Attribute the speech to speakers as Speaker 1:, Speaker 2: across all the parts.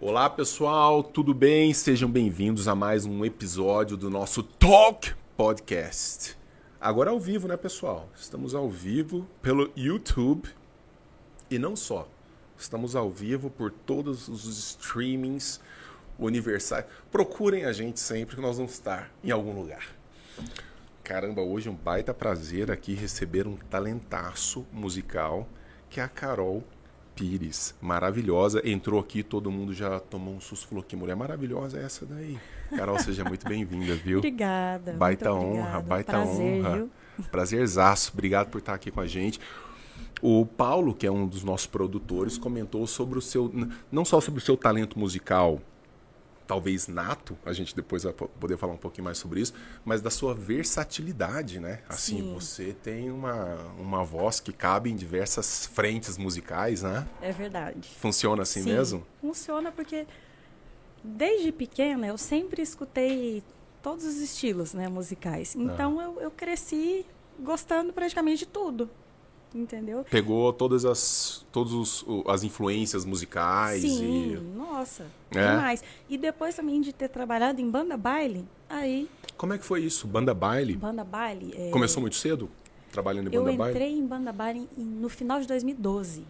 Speaker 1: Olá pessoal, tudo bem? Sejam bem-vindos a mais um episódio do nosso Talk Podcast. Agora ao vivo, né pessoal? Estamos ao vivo pelo YouTube e não só. Estamos ao vivo por todos os streamings universais. Procurem a gente sempre que nós vamos estar em algum lugar. Caramba, hoje é um baita prazer aqui receber um talentaço musical que é a Carol Pires, maravilhosa. Entrou aqui, todo mundo já tomou um susto, falou que mulher maravilhosa é essa daí. Carol, seja muito bem-vinda, viu?
Speaker 2: Obrigada.
Speaker 1: Baita
Speaker 2: muito
Speaker 1: honra,
Speaker 2: obrigada.
Speaker 1: baita
Speaker 2: Prazer,
Speaker 1: honra.
Speaker 2: viu?
Speaker 1: Prazerzaço, obrigado por estar aqui com a gente. O Paulo, que é um dos nossos produtores, comentou sobre o seu, n- não só sobre o seu talento musical, talvez nato, a gente depois vai po- poder falar um pouquinho mais sobre isso, mas da sua versatilidade, né? Assim,
Speaker 2: Sim.
Speaker 1: você tem uma, uma voz que cabe em diversas frentes musicais, né?
Speaker 2: É verdade.
Speaker 1: Funciona assim
Speaker 2: Sim,
Speaker 1: mesmo?
Speaker 2: Funciona porque desde pequena eu sempre escutei todos os estilos né, musicais.
Speaker 1: Ah.
Speaker 2: Então eu, eu cresci gostando praticamente de tudo. Entendeu?
Speaker 1: Pegou todas as, todos os- o- as influências musicais
Speaker 2: Sim,
Speaker 1: e...
Speaker 2: nossa,
Speaker 1: É?
Speaker 2: demais. E depois também de ter trabalhado em banda baile, aí,
Speaker 1: Como é que foi isso? Banda baile?
Speaker 2: banda baile. é,
Speaker 1: Começou muito cedo? Trabalhando em
Speaker 2: Eu
Speaker 1: banda
Speaker 2: entrei
Speaker 1: baile?
Speaker 2: em banda baile em- no final de 2012.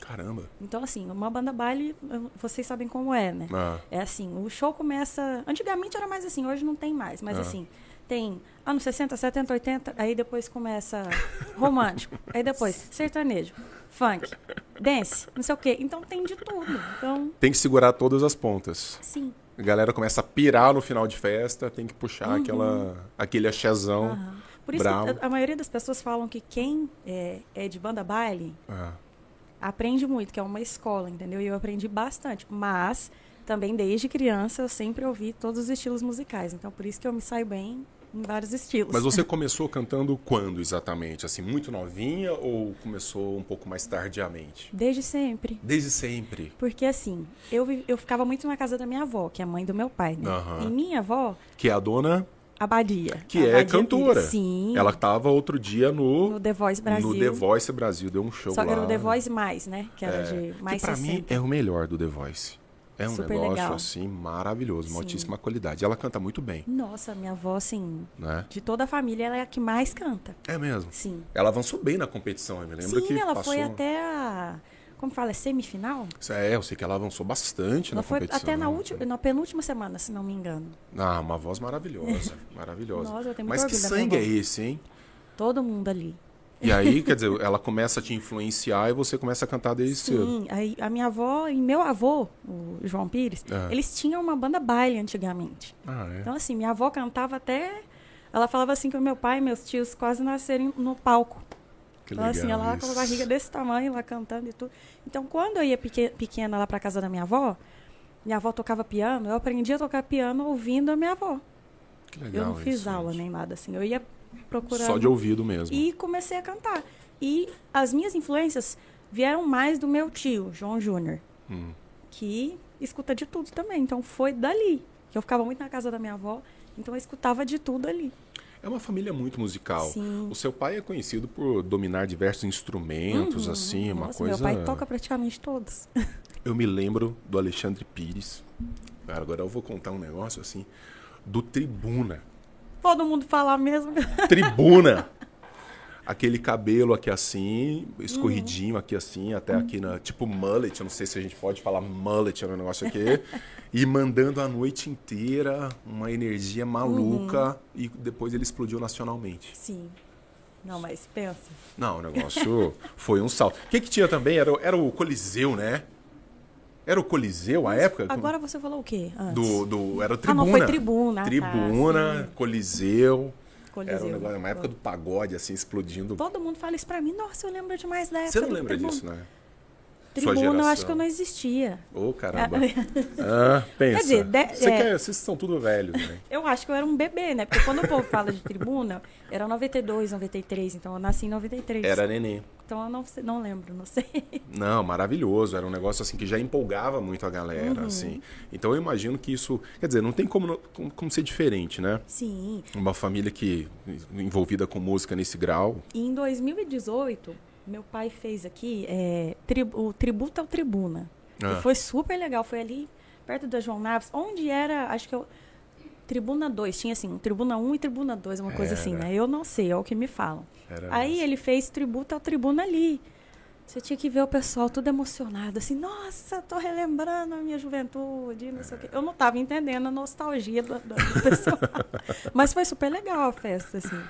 Speaker 1: Caramba.
Speaker 2: Então, assim, uma banda baile, eh, vocês sabem como é, né?
Speaker 1: Ah,
Speaker 2: É assim, o show começa. Antigamente era mais assim, hoje não tem mais, mas
Speaker 1: Ah.
Speaker 2: assim, tem anos 60, 70, 80, aí depois começa romântico, aí depois sertanejo, funk, dance, não sei o quê. Então tem de tudo. Então,
Speaker 1: tem que segurar todas as pontas.
Speaker 2: sim.
Speaker 1: A galera começa a pirar no final de festa, tem que puxar
Speaker 2: Uhum.
Speaker 1: aquela, aquele axézão.
Speaker 2: aham. Por isso
Speaker 1: bravo.
Speaker 2: que a, a maioria das pessoas falam que quem é, é de banda baile
Speaker 1: Ah,
Speaker 2: aprende muito, que é uma escola, entendeu? E eu aprendi bastante, mas também desde criança eu sempre ouvi todos os estilos musicais, então por isso que eu me saio bem em vários estilos.
Speaker 1: Mas você começou cantando quando exatamente? Assim, muito novinha ou começou um pouco mais tardiamente?
Speaker 2: Desde sempre.
Speaker 1: Desde sempre.
Speaker 2: Porque assim, eu, vi- eu ficava muito na casa da minha avó, que é a mãe do meu pai, né?
Speaker 1: Aham.
Speaker 2: E minha avó,
Speaker 1: Que é a dona
Speaker 2: Abadia.
Speaker 1: que é
Speaker 2: Abadia
Speaker 1: cantora.
Speaker 2: Pires. Sim.
Speaker 1: Ela estava outro dia no,
Speaker 2: no The Voice Brasil.
Speaker 1: no The Voice Brasil, deu um show
Speaker 2: Só
Speaker 1: lá.
Speaker 2: que era o The Voice mais, né? Que era de mais
Speaker 1: É, que pra
Speaker 2: 60.
Speaker 1: mim é o melhor do The Voice. É um
Speaker 2: Super
Speaker 1: negócio
Speaker 2: legal.
Speaker 1: assim maravilhoso, uma
Speaker 2: Sim.
Speaker 1: altíssima qualidade. Ela canta muito bem,
Speaker 2: Nossa, minha avó, assim,
Speaker 1: né?
Speaker 2: de toda a família, ela é a que mais canta.
Speaker 1: É mesmo.
Speaker 2: Sim.
Speaker 1: Ela avançou bem na competição, eu me lembro
Speaker 2: Sim,
Speaker 1: que
Speaker 2: ela
Speaker 1: passou...
Speaker 2: foi até a. Como fala? É Semifinal?
Speaker 1: É, eu sei que ela avançou bastante
Speaker 2: Ela
Speaker 1: na
Speaker 2: foi
Speaker 1: competição.
Speaker 2: até na,
Speaker 1: né?
Speaker 2: última, na penúltima semana, se não me engano.
Speaker 1: Ah, uma voz maravilhosa, maravilhosa.
Speaker 2: Nossa, eu tenho
Speaker 1: Mas
Speaker 2: muito
Speaker 1: que
Speaker 2: orgulho da minha
Speaker 1: sangue é
Speaker 2: voz.
Speaker 1: esse, hein?
Speaker 2: Todo mundo ali.
Speaker 1: E aí, quer dizer, ela começa a te influenciar e você começa a cantar desde cedo.
Speaker 2: Sim, aí a minha avó e meu avô, o João Pires,
Speaker 1: Ah.
Speaker 2: eles tinham uma banda baile antigamente.
Speaker 1: Ah, é.
Speaker 2: Então, assim, minha avó cantava até. Ela falava assim que o meu pai e meus tios quase nasceram no palco.
Speaker 1: Que
Speaker 2: Então,
Speaker 1: legal
Speaker 2: assim, ela lá
Speaker 1: isso.
Speaker 2: com a barriga desse tamanho, lá cantando e tudo. Então, quando eu ia peque- pequena lá pra casa da minha avó, minha avó tocava piano, eu aprendi a tocar piano ouvindo a minha avó.
Speaker 1: Que legal
Speaker 2: eu não fiz
Speaker 1: isso,
Speaker 2: aula
Speaker 1: gente.
Speaker 2: nem nada, assim. Eu ia procurando
Speaker 1: Só de ouvido mesmo.
Speaker 2: e comecei a cantar. E as minhas influências vieram mais do meu tio, João Júnior,
Speaker 1: Hum.
Speaker 2: que escuta de tudo também. Então foi dali. que Eu ficava muito na casa da minha avó, então eu escutava de tudo ali.
Speaker 1: É uma família muito musical.
Speaker 2: Sim.
Speaker 1: O seu pai é conhecido por dominar diversos instrumentos, assim, uma
Speaker 2: Uhum. Nossa,
Speaker 1: coisa.
Speaker 2: Meu pai toca praticamente todos.
Speaker 1: Eu me lembro do Alexandre Pires. Cara, agora eu vou contar um negócio assim. Do Tribuna.
Speaker 2: Todo mundo fala mesmo.
Speaker 1: Tribuna! Aquele cabelo aqui assim, escorridinho
Speaker 2: Hum.
Speaker 1: aqui assim, até aqui na. Tipo mullet, eu não sei se a gente pode falar mullet é um negócio aqui. e mandando a noite inteira, uma energia maluca.
Speaker 2: Uhum.
Speaker 1: E depois ele explodiu nacionalmente.
Speaker 2: Sim. Não, mas pensa.
Speaker 1: Não, o negócio foi um salto. O que, que tinha também? Era, o- era o Coliseu, né? Era o Coliseu à época?
Speaker 2: Agora você falou o quê? Antes?
Speaker 1: do, do, era o
Speaker 2: Ah,
Speaker 1: Tribuna.
Speaker 2: não, foi Tribuna, ah, tá,
Speaker 1: Tribuna, Coliseu. Era um
Speaker 2: Coliseu.
Speaker 1: negócio, uma época do pagode, assim, explodindo.
Speaker 2: Todo mundo fala isso pra mim. Nossa, eu lembro demais da época.
Speaker 1: Você não
Speaker 2: do
Speaker 1: lembra
Speaker 2: Tribuna.
Speaker 1: disso, né? Sua
Speaker 2: Tribuna, eu acho
Speaker 1: geração.
Speaker 2: que eu não existia.
Speaker 1: Ô, caramba. Ah, pensa.
Speaker 2: dizer, de-
Speaker 1: Você
Speaker 2: é.
Speaker 1: quer- vocês são tudo velhos, né?
Speaker 2: Eu acho que eu era um bebê, né? Porque quando o povo fala de tribuna, era 92, 93, então eu nasci em 93.
Speaker 1: Era neném.
Speaker 2: Então eu não, sei- não lembro, não sei.
Speaker 1: Não, maravilhoso. Era um negócio assim que já empolgava muito a galera,
Speaker 2: Uhum.
Speaker 1: assim. Então eu imagino que isso. Quer dizer, não tem como, não- como- como ser diferente, né?
Speaker 2: Sim.
Speaker 1: Uma família que envolvida com música nesse grau.
Speaker 2: E em 2018, meu pai fez aqui é, tri- o Tributo ao Tribuna.
Speaker 1: Ah.
Speaker 2: E foi super legal, foi ali perto da João Naves, onde era, acho que eu. Tribuna 2, tinha assim, Tribuna 1 e Tribuna 2, uma coisa assim,
Speaker 1: Era.
Speaker 2: né? Eu não sei, é o que me falam.
Speaker 1: Era
Speaker 2: Aí
Speaker 1: mesmo.
Speaker 2: ele fez tributo ao Tribuna ali. Você tinha que ver o pessoal tudo emocionado, assim, nossa, tô relembrando a minha juventude, não sei o quê. Eu não tava entendendo a nostalgia do, do- do pessoal. Mas foi super legal a festa, assim.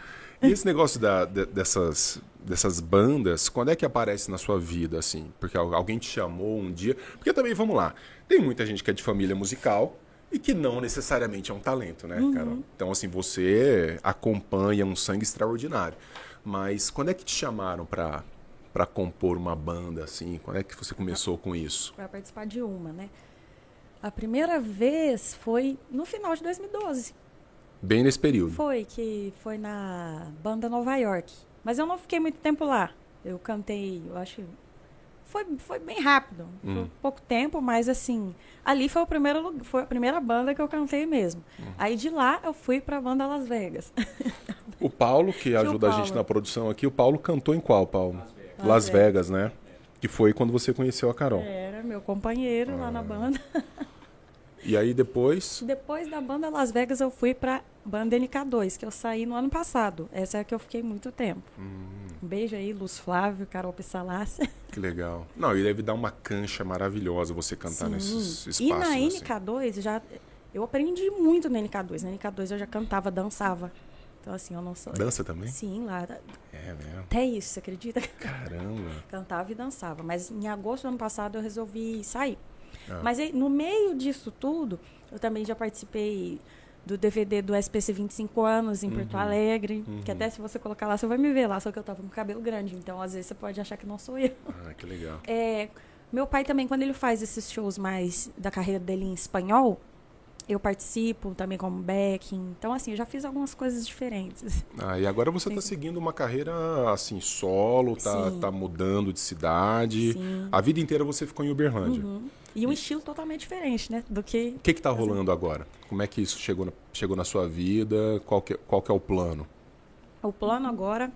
Speaker 1: E esse negócio da, de- dessas, dessas bandas, quando é que aparece na sua vida, assim? Porque al- alguém te chamou um dia. Porque também, vamos lá, tem muita gente que é de família musical e que não necessariamente é um talento, né, Carol? Então, assim, você acompanha um sangue extraordinário. Mas quando é que te chamaram pra, pra compor uma banda, assim? Quando é que você começou com isso?
Speaker 2: Para participar de uma, né? A primeira vez foi no final de 2012.
Speaker 1: Bem nesse período.
Speaker 2: Foi, que foi na banda Nova York. Mas eu não fiquei muito tempo lá. Eu cantei, eu acho. que Foi, foi bem rápido. Foi pouco tempo, mas assim. Ali foi, o primeiro, lu- foi a primeira banda que eu cantei mesmo. Aí de lá eu fui pra banda Las Vegas.
Speaker 1: O Paulo, que ajuda a gente
Speaker 2: Paulo.
Speaker 1: na produção aqui, o Paulo cantou em qual, Paulo? Las Vegas,
Speaker 2: Las É.
Speaker 1: né? Que foi quando você conheceu a Carol.
Speaker 2: Era meu companheiro lá na banda.
Speaker 1: E aí depois.
Speaker 2: Depois da banda Las Vegas eu fui pra banda NK2, que eu saí no ano passado. Essa é a que eu fiquei muito tempo. Um beijo aí, Luz Flávio, Carol Pissalassi.
Speaker 1: Que legal. Não, e deve dar uma cancha maravilhosa você cantar
Speaker 2: Sim.
Speaker 1: nesses espaços.
Speaker 2: E na
Speaker 1: assim.
Speaker 2: NK2, já, eu aprendi muito na NK2. Na NK2 eu já cantava, dançava. Então, assim, eu não sou.
Speaker 1: Dança também?
Speaker 2: Sim, lá.
Speaker 1: É mesmo.
Speaker 2: Até isso, você acredita?
Speaker 1: Caramba.
Speaker 2: Cantava e dançava. Mas em agosto do ano passado eu resolvi sair.
Speaker 1: Ah.
Speaker 2: Mas aí, no meio disso tudo, eu também já participei do DVD do SPC 25 anos em
Speaker 1: Uhum.
Speaker 2: Porto Alegre. Que até se você colocar lá, você vai me ver lá. Só que eu tava com cabelo grande. Então, às vezes, você pode achar que não sou eu.
Speaker 1: Ah, que legal.
Speaker 2: É, meu pai também, quando ele faz esses shows mais da carreira dele em espanhol, eu participo também como backing. Então, assim, eu já fiz algumas coisas diferentes.
Speaker 1: Ah, e agora você tá seguindo uma carreira assim, solo, tá,
Speaker 2: Sim.
Speaker 1: tá mudando de cidade.
Speaker 2: Sim.
Speaker 1: A vida inteira você ficou em Uberlândia. O
Speaker 2: E um estilo totalmente diferente, né? Do que.
Speaker 1: que que tá rolando agora? Como é que isso chegou na, chegou na sua vida? Qual que, qual que é o plano?
Speaker 2: O plano agora.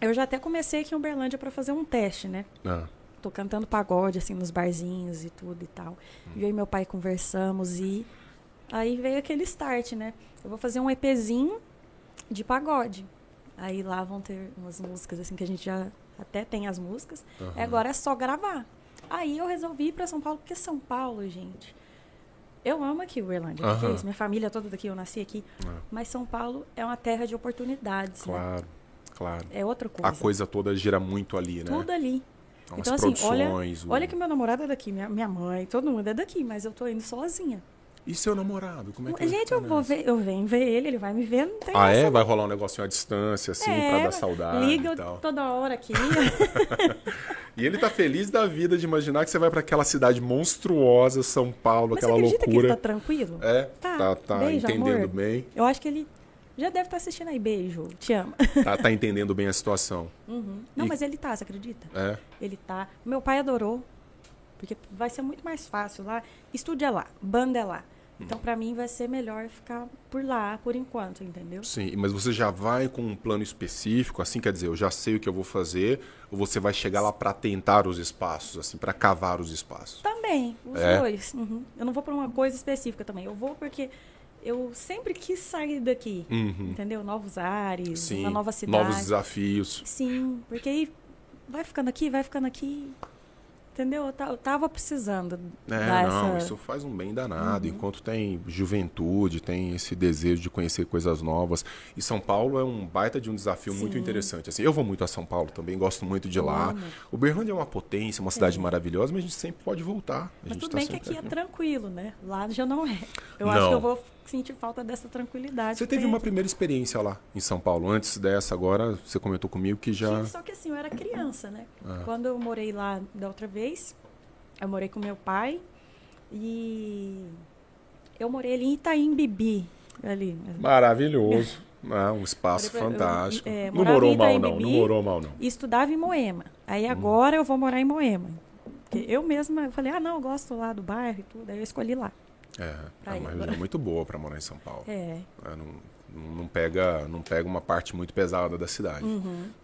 Speaker 2: Eu já até comecei aqui em Uberlândia para fazer um teste, né?
Speaker 1: Ah,
Speaker 2: Tô cantando pagode, assim, nos barzinhos e tudo e tal.
Speaker 1: Hum.
Speaker 2: E eu e meu pai conversamos e. Aí veio aquele start, né? Eu vou fazer um EPzinho de pagode. Aí lá vão ter umas músicas, assim, que a gente já até tem as músicas. E Agora é só gravar. Aí eu resolvi ir pra São Paulo, porque São Paulo, gente. Eu amo aqui Uberlândia, que
Speaker 1: Aham.
Speaker 2: é isso? Minha família toda daqui, eu nasci aqui. Mas São Paulo é uma terra de oportunidades, né?
Speaker 1: claro, claro.
Speaker 2: É outra
Speaker 1: A coisa toda gira muito ali, né?
Speaker 2: tudo ali.
Speaker 1: Então,
Speaker 2: então,
Speaker 1: as
Speaker 2: assim, olha,
Speaker 1: produções, o-
Speaker 2: olha que meu namorado é daqui, minha, minha mãe, todo mundo é daqui, mas eu tô indo sozinha.
Speaker 1: E seu namorado? Como é que ele
Speaker 2: Gente,
Speaker 1: tá
Speaker 2: eu vou
Speaker 1: nessa?
Speaker 2: ver, eu venho ver ele, ele vai me ver, não tem
Speaker 1: Ah,
Speaker 2: essa,
Speaker 1: é?
Speaker 2: não.
Speaker 1: Vai rolar um negocinho à distância, assim,
Speaker 2: É,
Speaker 1: pra dar saudade
Speaker 2: Liga
Speaker 1: e tal.
Speaker 2: toda hora aqui.
Speaker 1: E ele tá feliz da vida de imaginar que você vai pra aquela cidade monstruosa, São Paulo,
Speaker 2: Mas você
Speaker 1: aquela
Speaker 2: acredita que ele
Speaker 1: loucura.
Speaker 2: tá tranquilo?
Speaker 1: É,
Speaker 2: Tá.
Speaker 1: tá, tá
Speaker 2: Beijo,
Speaker 1: entendendo
Speaker 2: amor.
Speaker 1: bem.
Speaker 2: Eu acho que ele já deve estar assistindo aí, beijo, te amo.
Speaker 1: Tá, tá entendendo bem a situação.
Speaker 2: Não,
Speaker 1: E-
Speaker 2: mas ele tá, você acredita?
Speaker 1: É.
Speaker 2: Ele tá. Meu pai adorou, porque vai ser muito mais fácil lá. Estúdio é lá, banda é lá. Então,
Speaker 1: Hum.
Speaker 2: pra mim, vai ser melhor ficar por lá, por enquanto, entendeu?
Speaker 1: Sim, mas você já vai com um plano específico, assim, quer dizer, eu já sei o que eu vou fazer, ou você vai chegar lá pra tentar os espaços, assim, pra cavar os espaços.
Speaker 2: Também, os
Speaker 1: É?
Speaker 2: dois. Uhum. Eu não vou pra uma coisa específica também. Eu vou porque eu sempre quis sair daqui, entendeu? Novos ares,
Speaker 1: Uhum. Sim.
Speaker 2: uma nova cidade.
Speaker 1: Novos desafios.
Speaker 2: Sim, porque aí vai ficando aqui, vai ficando aqui. Entendeu? Eu, ta- eu tava precisando
Speaker 1: É,
Speaker 2: dar
Speaker 1: não,
Speaker 2: essa... Uhum.
Speaker 1: isso faz um bem danado. Enquanto tem juventude, tem esse desejo de conhecer coisas novas. E São Paulo é um baita de um desafio muito interessante. Assim, eu vou muito a São Paulo também, gosto muito de lá. Uberlândia é uma potência, uma cidade maravilhosa, mas a gente sempre pode voltar. A
Speaker 2: Mas
Speaker 1: gente
Speaker 2: tudo
Speaker 1: tá
Speaker 2: bem que
Speaker 1: sempre
Speaker 2: aqui é tranquilo, né? Lá já não é. Eu
Speaker 1: Não.
Speaker 2: acho que eu vou sentir falta dessa tranquilidade.
Speaker 1: Você
Speaker 2: que
Speaker 1: teve
Speaker 2: tem
Speaker 1: uma
Speaker 2: aqui.
Speaker 1: primeira experiência lá em São Paulo, antes dessa agora, você comentou comigo que já... Ah.
Speaker 2: Só que assim, eu era criança, né? Quando eu morei lá da outra vez, eu morei com meu pai e eu morei ali em Itaim Bibi, ali.
Speaker 1: Maravilhoso. Ah, um espaço
Speaker 2: Olha pra- eu-
Speaker 1: fantástico.
Speaker 2: é,
Speaker 1: não
Speaker 2: morava
Speaker 1: morou
Speaker 2: em
Speaker 1: mal, não.
Speaker 2: Itaim
Speaker 1: Não
Speaker 2: Bibi.
Speaker 1: morou mal, não.
Speaker 2: E estudava em Moema. Aí
Speaker 1: Hum.
Speaker 2: agora eu vou morar em Moema. Porque eu mesma eu falei, ah, não, eu gosto lá do bairro e tudo. Aí eu escolhi lá.
Speaker 1: É, é
Speaker 2: Aí,
Speaker 1: uma
Speaker 2: agora-
Speaker 1: região muito boa para morar em São Paulo.
Speaker 2: É.
Speaker 1: É, não, não pega não pega uma parte muito pesada da cidade.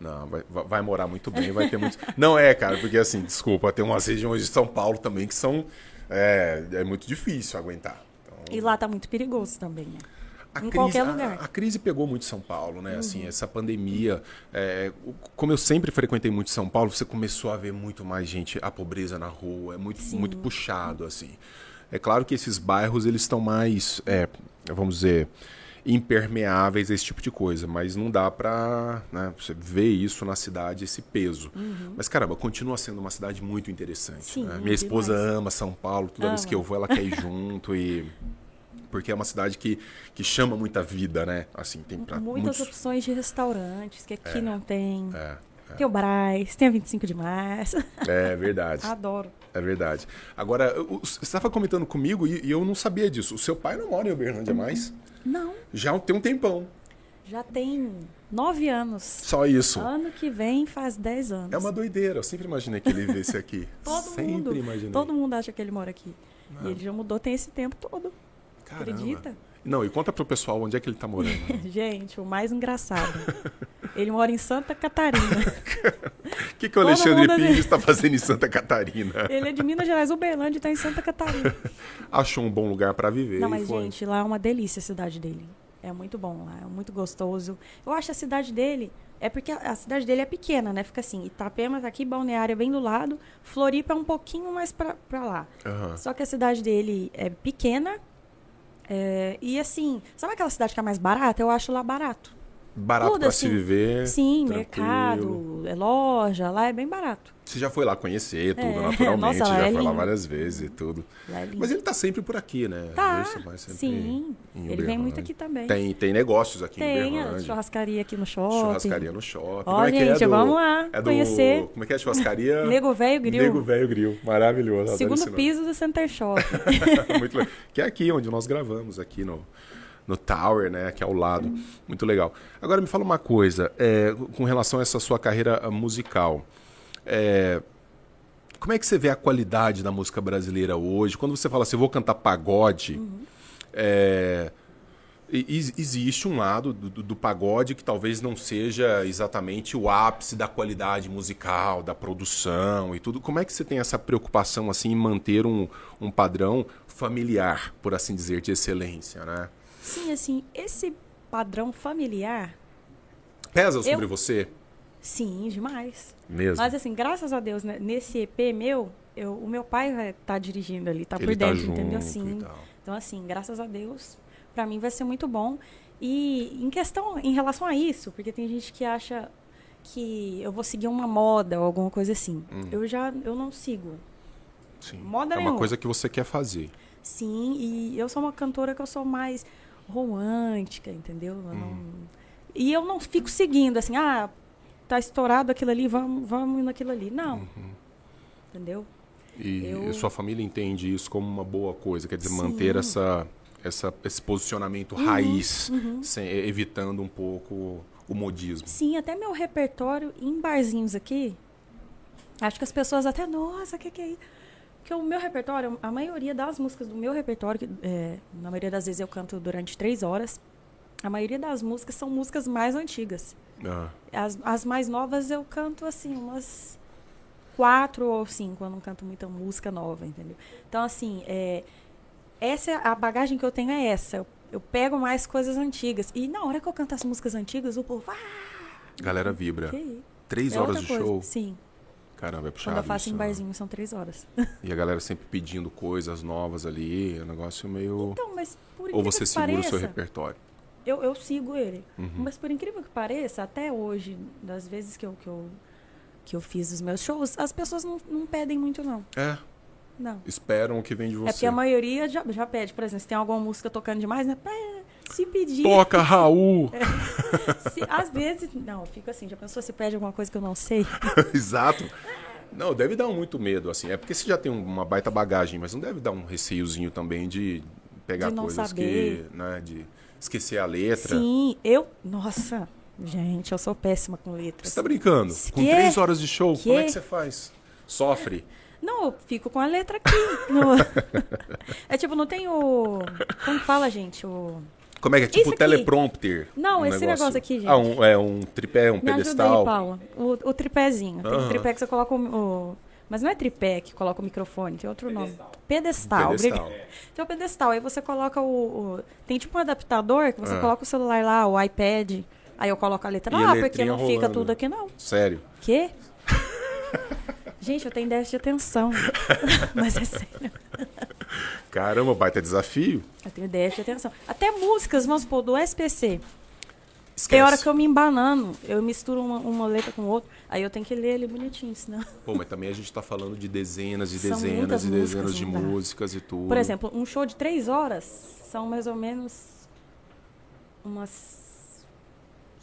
Speaker 1: Não, vai, vai- vai morar muito bem, vai ter muito. Não é, cara, porque assim, desculpa, tem umas regiões de São Paulo também que são É, é muito difícil aguentar. Então,
Speaker 2: E lá tá muito perigoso também, né?
Speaker 1: A
Speaker 2: em
Speaker 1: crise,
Speaker 2: qualquer
Speaker 1: a-
Speaker 2: lugar. Uhum.
Speaker 1: A, crise pegou muito São Paulo, né? Assim, essa pandemia. é, o- como eu sempre frequentei muito São Paulo, você começou a ver muito mais gente, a pobreza na rua, é muito, muito puxado, assim. É claro que esses bairros, eles estão mais, é, vamos dizer, impermeáveis a esse tipo de coisa, mas não dá pra né, você ver isso na cidade, esse peso. Mas, caramba, continua sendo uma cidade muito interessante.
Speaker 2: Uhum. Sim, é
Speaker 1: né? Minha esposa
Speaker 2: demais.
Speaker 1: ama São Paulo, toda vez
Speaker 2: Ama.
Speaker 1: que eu vou, ela quer ir junto e porque é uma cidade que, que chama muita vida, né? Assim, tem pra
Speaker 2: Muitas
Speaker 1: muitos...
Speaker 2: opções de restaurantes que aqui não tem.
Speaker 1: É,
Speaker 2: Tem o Braz, tem a 25 de março.
Speaker 1: é verdade,
Speaker 2: Adoro.
Speaker 1: é verdade. Agora, o- o- você estava comentando comigo e, e eu não sabia disso. O seu pai não mora em Uberlândia
Speaker 2: Uhum.
Speaker 1: mais?
Speaker 2: Não,
Speaker 1: Já tem um tempão.
Speaker 2: já tem nove anos.
Speaker 1: Só isso.
Speaker 2: Ano que vem faz dez anos.
Speaker 1: É uma doideira. Eu sempre imaginei que ele vivesse aqui.
Speaker 2: Todo
Speaker 1: sempre
Speaker 2: mundo,
Speaker 1: imaginei.
Speaker 2: todo mundo acha que ele mora aqui. E ele já mudou tem esse tempo todo.
Speaker 1: Caramba.
Speaker 2: acredita?
Speaker 1: Não, e conta pro pessoal onde é que ele tá morando.
Speaker 2: Gente, o mais engraçado. ele mora em Santa Catarina.
Speaker 1: O que, que o
Speaker 2: Todo
Speaker 1: Alexandre
Speaker 2: mundo-
Speaker 1: Pires está fazendo em Santa Catarina?
Speaker 2: Ele é de Minas Gerais, Uberlândia está em Santa Catarina.
Speaker 1: Achou um bom lugar pra viver
Speaker 2: Não,
Speaker 1: e
Speaker 2: mas
Speaker 1: foi.
Speaker 2: gente, lá é uma delícia a cidade dele. É muito bom lá, é muito gostoso. Eu acho a cidade dele é porque a a cidade dele é pequena, né? Fica assim, Itapema tá aqui, Balneário é bem do lado, Floripa é um pouquinho mais pra, pra lá.
Speaker 1: Aham.
Speaker 2: Só que a cidade dele é pequena. é, e assim, sabe aquela cidade que é mais barata? Eu acho lá barato.
Speaker 1: Barato
Speaker 2: Tudo
Speaker 1: pra se
Speaker 2: assim.
Speaker 1: viver.
Speaker 2: Sim,
Speaker 1: É, tranquilo.
Speaker 2: mercado, é loja, lá é bem barato.
Speaker 1: Você já foi lá conhecer tudo,
Speaker 2: É.
Speaker 1: naturalmente.
Speaker 2: Nossa, lá
Speaker 1: já
Speaker 2: é
Speaker 1: foi lá
Speaker 2: lindo.
Speaker 1: várias vezes e tudo.
Speaker 2: Lá é lindo.
Speaker 1: Mas ele tá sempre por aqui, né?
Speaker 2: Tá,
Speaker 1: Às vezes você vai sempre
Speaker 2: sim.
Speaker 1: em
Speaker 2: Ele vem muito
Speaker 1: Uberlândia.
Speaker 2: aqui também.
Speaker 1: Tem, tem negócios aqui em
Speaker 2: Tem a
Speaker 1: Uberlândia.
Speaker 2: churrascaria aqui no shopping.
Speaker 1: Churrascaria no shopping.
Speaker 2: Ó,
Speaker 1: Como é que é
Speaker 2: gente,
Speaker 1: do-
Speaker 2: vamos lá
Speaker 1: é do-
Speaker 2: conhecer.
Speaker 1: Como é que é a churrascaria?
Speaker 2: Nego Velho Grill.
Speaker 1: Nego Velho Grill. Maravilhoso. adoro esse
Speaker 2: Segundo
Speaker 1: nome.
Speaker 2: piso do Center Shopping.
Speaker 1: Muito legal. Que é aqui onde nós gravamos, aqui no, no Tower, né? Aqui ao lado. Muito legal. Agora me fala uma coisa, é, com relação a essa sua carreira ah, musical. É, como é que você vê a qualidade da música brasileira hoje? Quando você fala assim, eu vou cantar pagode. é, e- e- existe um lado do, do- do pagode que talvez não seja exatamente o ápice da qualidade musical, da produção e tudo. Como é que você tem essa preocupação assim em manter um, um padrão familiar, por assim dizer, de excelência, né?
Speaker 2: Sim, assim, esse padrão familiar,
Speaker 1: Pesa sobre
Speaker 2: Eu-
Speaker 1: você
Speaker 2: sim, demais.
Speaker 1: mesmo?
Speaker 2: Mas assim, graças a Deus, né, nesse EP meu, eu- o meu pai vai tá dirigindo ali, tá
Speaker 1: Ele
Speaker 2: por
Speaker 1: tá
Speaker 2: dentro,
Speaker 1: junto
Speaker 2: entendeu?
Speaker 1: e
Speaker 2: Sim.
Speaker 1: tal.
Speaker 2: Então assim, graças a Deus, pra mim vai ser muito bom. E em questão, em relação a isso, porque tem gente que acha que eu vou seguir uma moda ou alguma coisa assim.
Speaker 1: Hum.
Speaker 2: Eu já, eu não sigo.
Speaker 1: Sim.
Speaker 2: Moda
Speaker 1: é uma
Speaker 2: nenhuma.
Speaker 1: coisa que você quer fazer.
Speaker 2: Sim, e eu sou uma cantora que eu sou mais romântica, entendeu? Eu não-
Speaker 1: Hum.
Speaker 2: E eu não fico seguindo assim, ah, tá estourado aquilo ali, vamos, vamos naquilo ali. Não.
Speaker 1: Uhum.
Speaker 2: Entendeu?
Speaker 1: E
Speaker 2: Eu-
Speaker 1: e sua família entende isso como uma boa coisa, quer dizer, manter essa, essa, esse posicionamento
Speaker 2: Uhum,
Speaker 1: raiz, sem- evitando um pouco o modismo.
Speaker 2: Sim, até meu repertório em barzinhos aqui, acho que as pessoas até, nossa, o que, que é isso? Porque o meu repertório, a maioria das músicas do meu repertório, que, é, na maioria das vezes eu canto durante três horas, a maioria das músicas são músicas mais antigas.
Speaker 1: Ah,
Speaker 2: As, as mais novas eu canto assim, umas quatro ou cinco. Eu não canto muita música nova, entendeu? Então, assim, é, essa é- a bagagem que eu tenho é essa. Eu, eu pego mais coisas antigas. E na hora que eu canto as músicas antigas, o povo. Ah,
Speaker 1: galera vibra.
Speaker 2: que isso?
Speaker 1: Três
Speaker 2: É
Speaker 1: horas
Speaker 2: outra
Speaker 1: de
Speaker 2: coisa.
Speaker 1: show.
Speaker 2: Sim.
Speaker 1: Caramba, é puxado.
Speaker 2: Quando eu faço
Speaker 1: isso,
Speaker 2: em
Speaker 1: né?
Speaker 2: barzinho, são três horas.
Speaker 1: E a galera sempre pedindo coisas novas ali. É um negócio meio.
Speaker 2: Então, mas por
Speaker 1: Ou
Speaker 2: incrível
Speaker 1: você
Speaker 2: que
Speaker 1: segura o seu
Speaker 2: pareça,
Speaker 1: repertório. Uhum.
Speaker 2: eu, eu sigo ele. Mas por incrível que pareça, até hoje, das vezes que eu, que eu, que eu fiz os meus shows, as pessoas não, não pedem muito, não.
Speaker 1: É,
Speaker 2: Não.
Speaker 1: esperam o que vem de
Speaker 2: É porque
Speaker 1: você.
Speaker 2: a maioria já, já pede, por exemplo, se tem alguma música tocando demais, né? Pé, Se pedir.
Speaker 1: Toca, Raul!
Speaker 2: É. se- às vezes. Não, eu fico assim, já pensou se pede alguma coisa que eu não sei?
Speaker 1: Exato. Não, deve dar muito medo, assim. É porque você já tem uma baita bagagem, mas não deve dar um receiozinho também de pegar
Speaker 2: De não
Speaker 1: coisas
Speaker 2: saber.
Speaker 1: que. Né, de esquecer a letra.
Speaker 2: Sim, eu. Nossa, gente, eu sou péssima com letras.
Speaker 1: Você tá brincando? Com
Speaker 2: Quê?
Speaker 1: três horas de show, como é que
Speaker 2: Quê?
Speaker 1: você faz? Sofre.
Speaker 2: Não, eu fico com a letra aqui. no- É tipo, não tem o. Como que fala, gente? O.
Speaker 1: Como é que é? Tipo
Speaker 2: Isso aqui.
Speaker 1: teleprompter.
Speaker 2: Não, esse negócio aqui, gente.
Speaker 1: Ah, um, é um tripé, um
Speaker 2: Me ajuda
Speaker 1: pedestal.
Speaker 2: aí, Paula. O, o tripézinho. Tem
Speaker 1: Aham.
Speaker 2: um tripé que você coloca o, o, Mas não é tripé que coloca o microfone, tem outro nome. Pedestal.
Speaker 1: Pedestal.
Speaker 2: obrigada. Tem o pedestal, aí você coloca o, o- Tem tipo um adaptador que você
Speaker 1: Ah.
Speaker 2: coloca o celular lá, o iPad. Aí eu coloco a letra.
Speaker 1: E a
Speaker 2: ah, porque
Speaker 1: letrinha
Speaker 2: não fica
Speaker 1: rolando.
Speaker 2: tudo aqui, não.
Speaker 1: Sério.
Speaker 2: Quê? Gente, eu tenho déficit de atenção. Mas é sério.
Speaker 1: Caramba, baita desafio.
Speaker 2: Eu tenho déficit de atenção. Até músicas, vamos supor, do SPC.
Speaker 1: Esquece.
Speaker 2: Tem hora que eu me embanano, eu misturo uma, uma letra com outra, aí eu tenho que ler ele bonitinho, senão.
Speaker 1: Pô, mas também a gente tá falando de dezenas e
Speaker 2: São
Speaker 1: dezenas
Speaker 2: muitas
Speaker 1: e dezenas
Speaker 2: músicas,
Speaker 1: de
Speaker 2: não dá.
Speaker 1: músicas e tudo.
Speaker 2: Por exemplo, um show de três horas são mais ou menos umas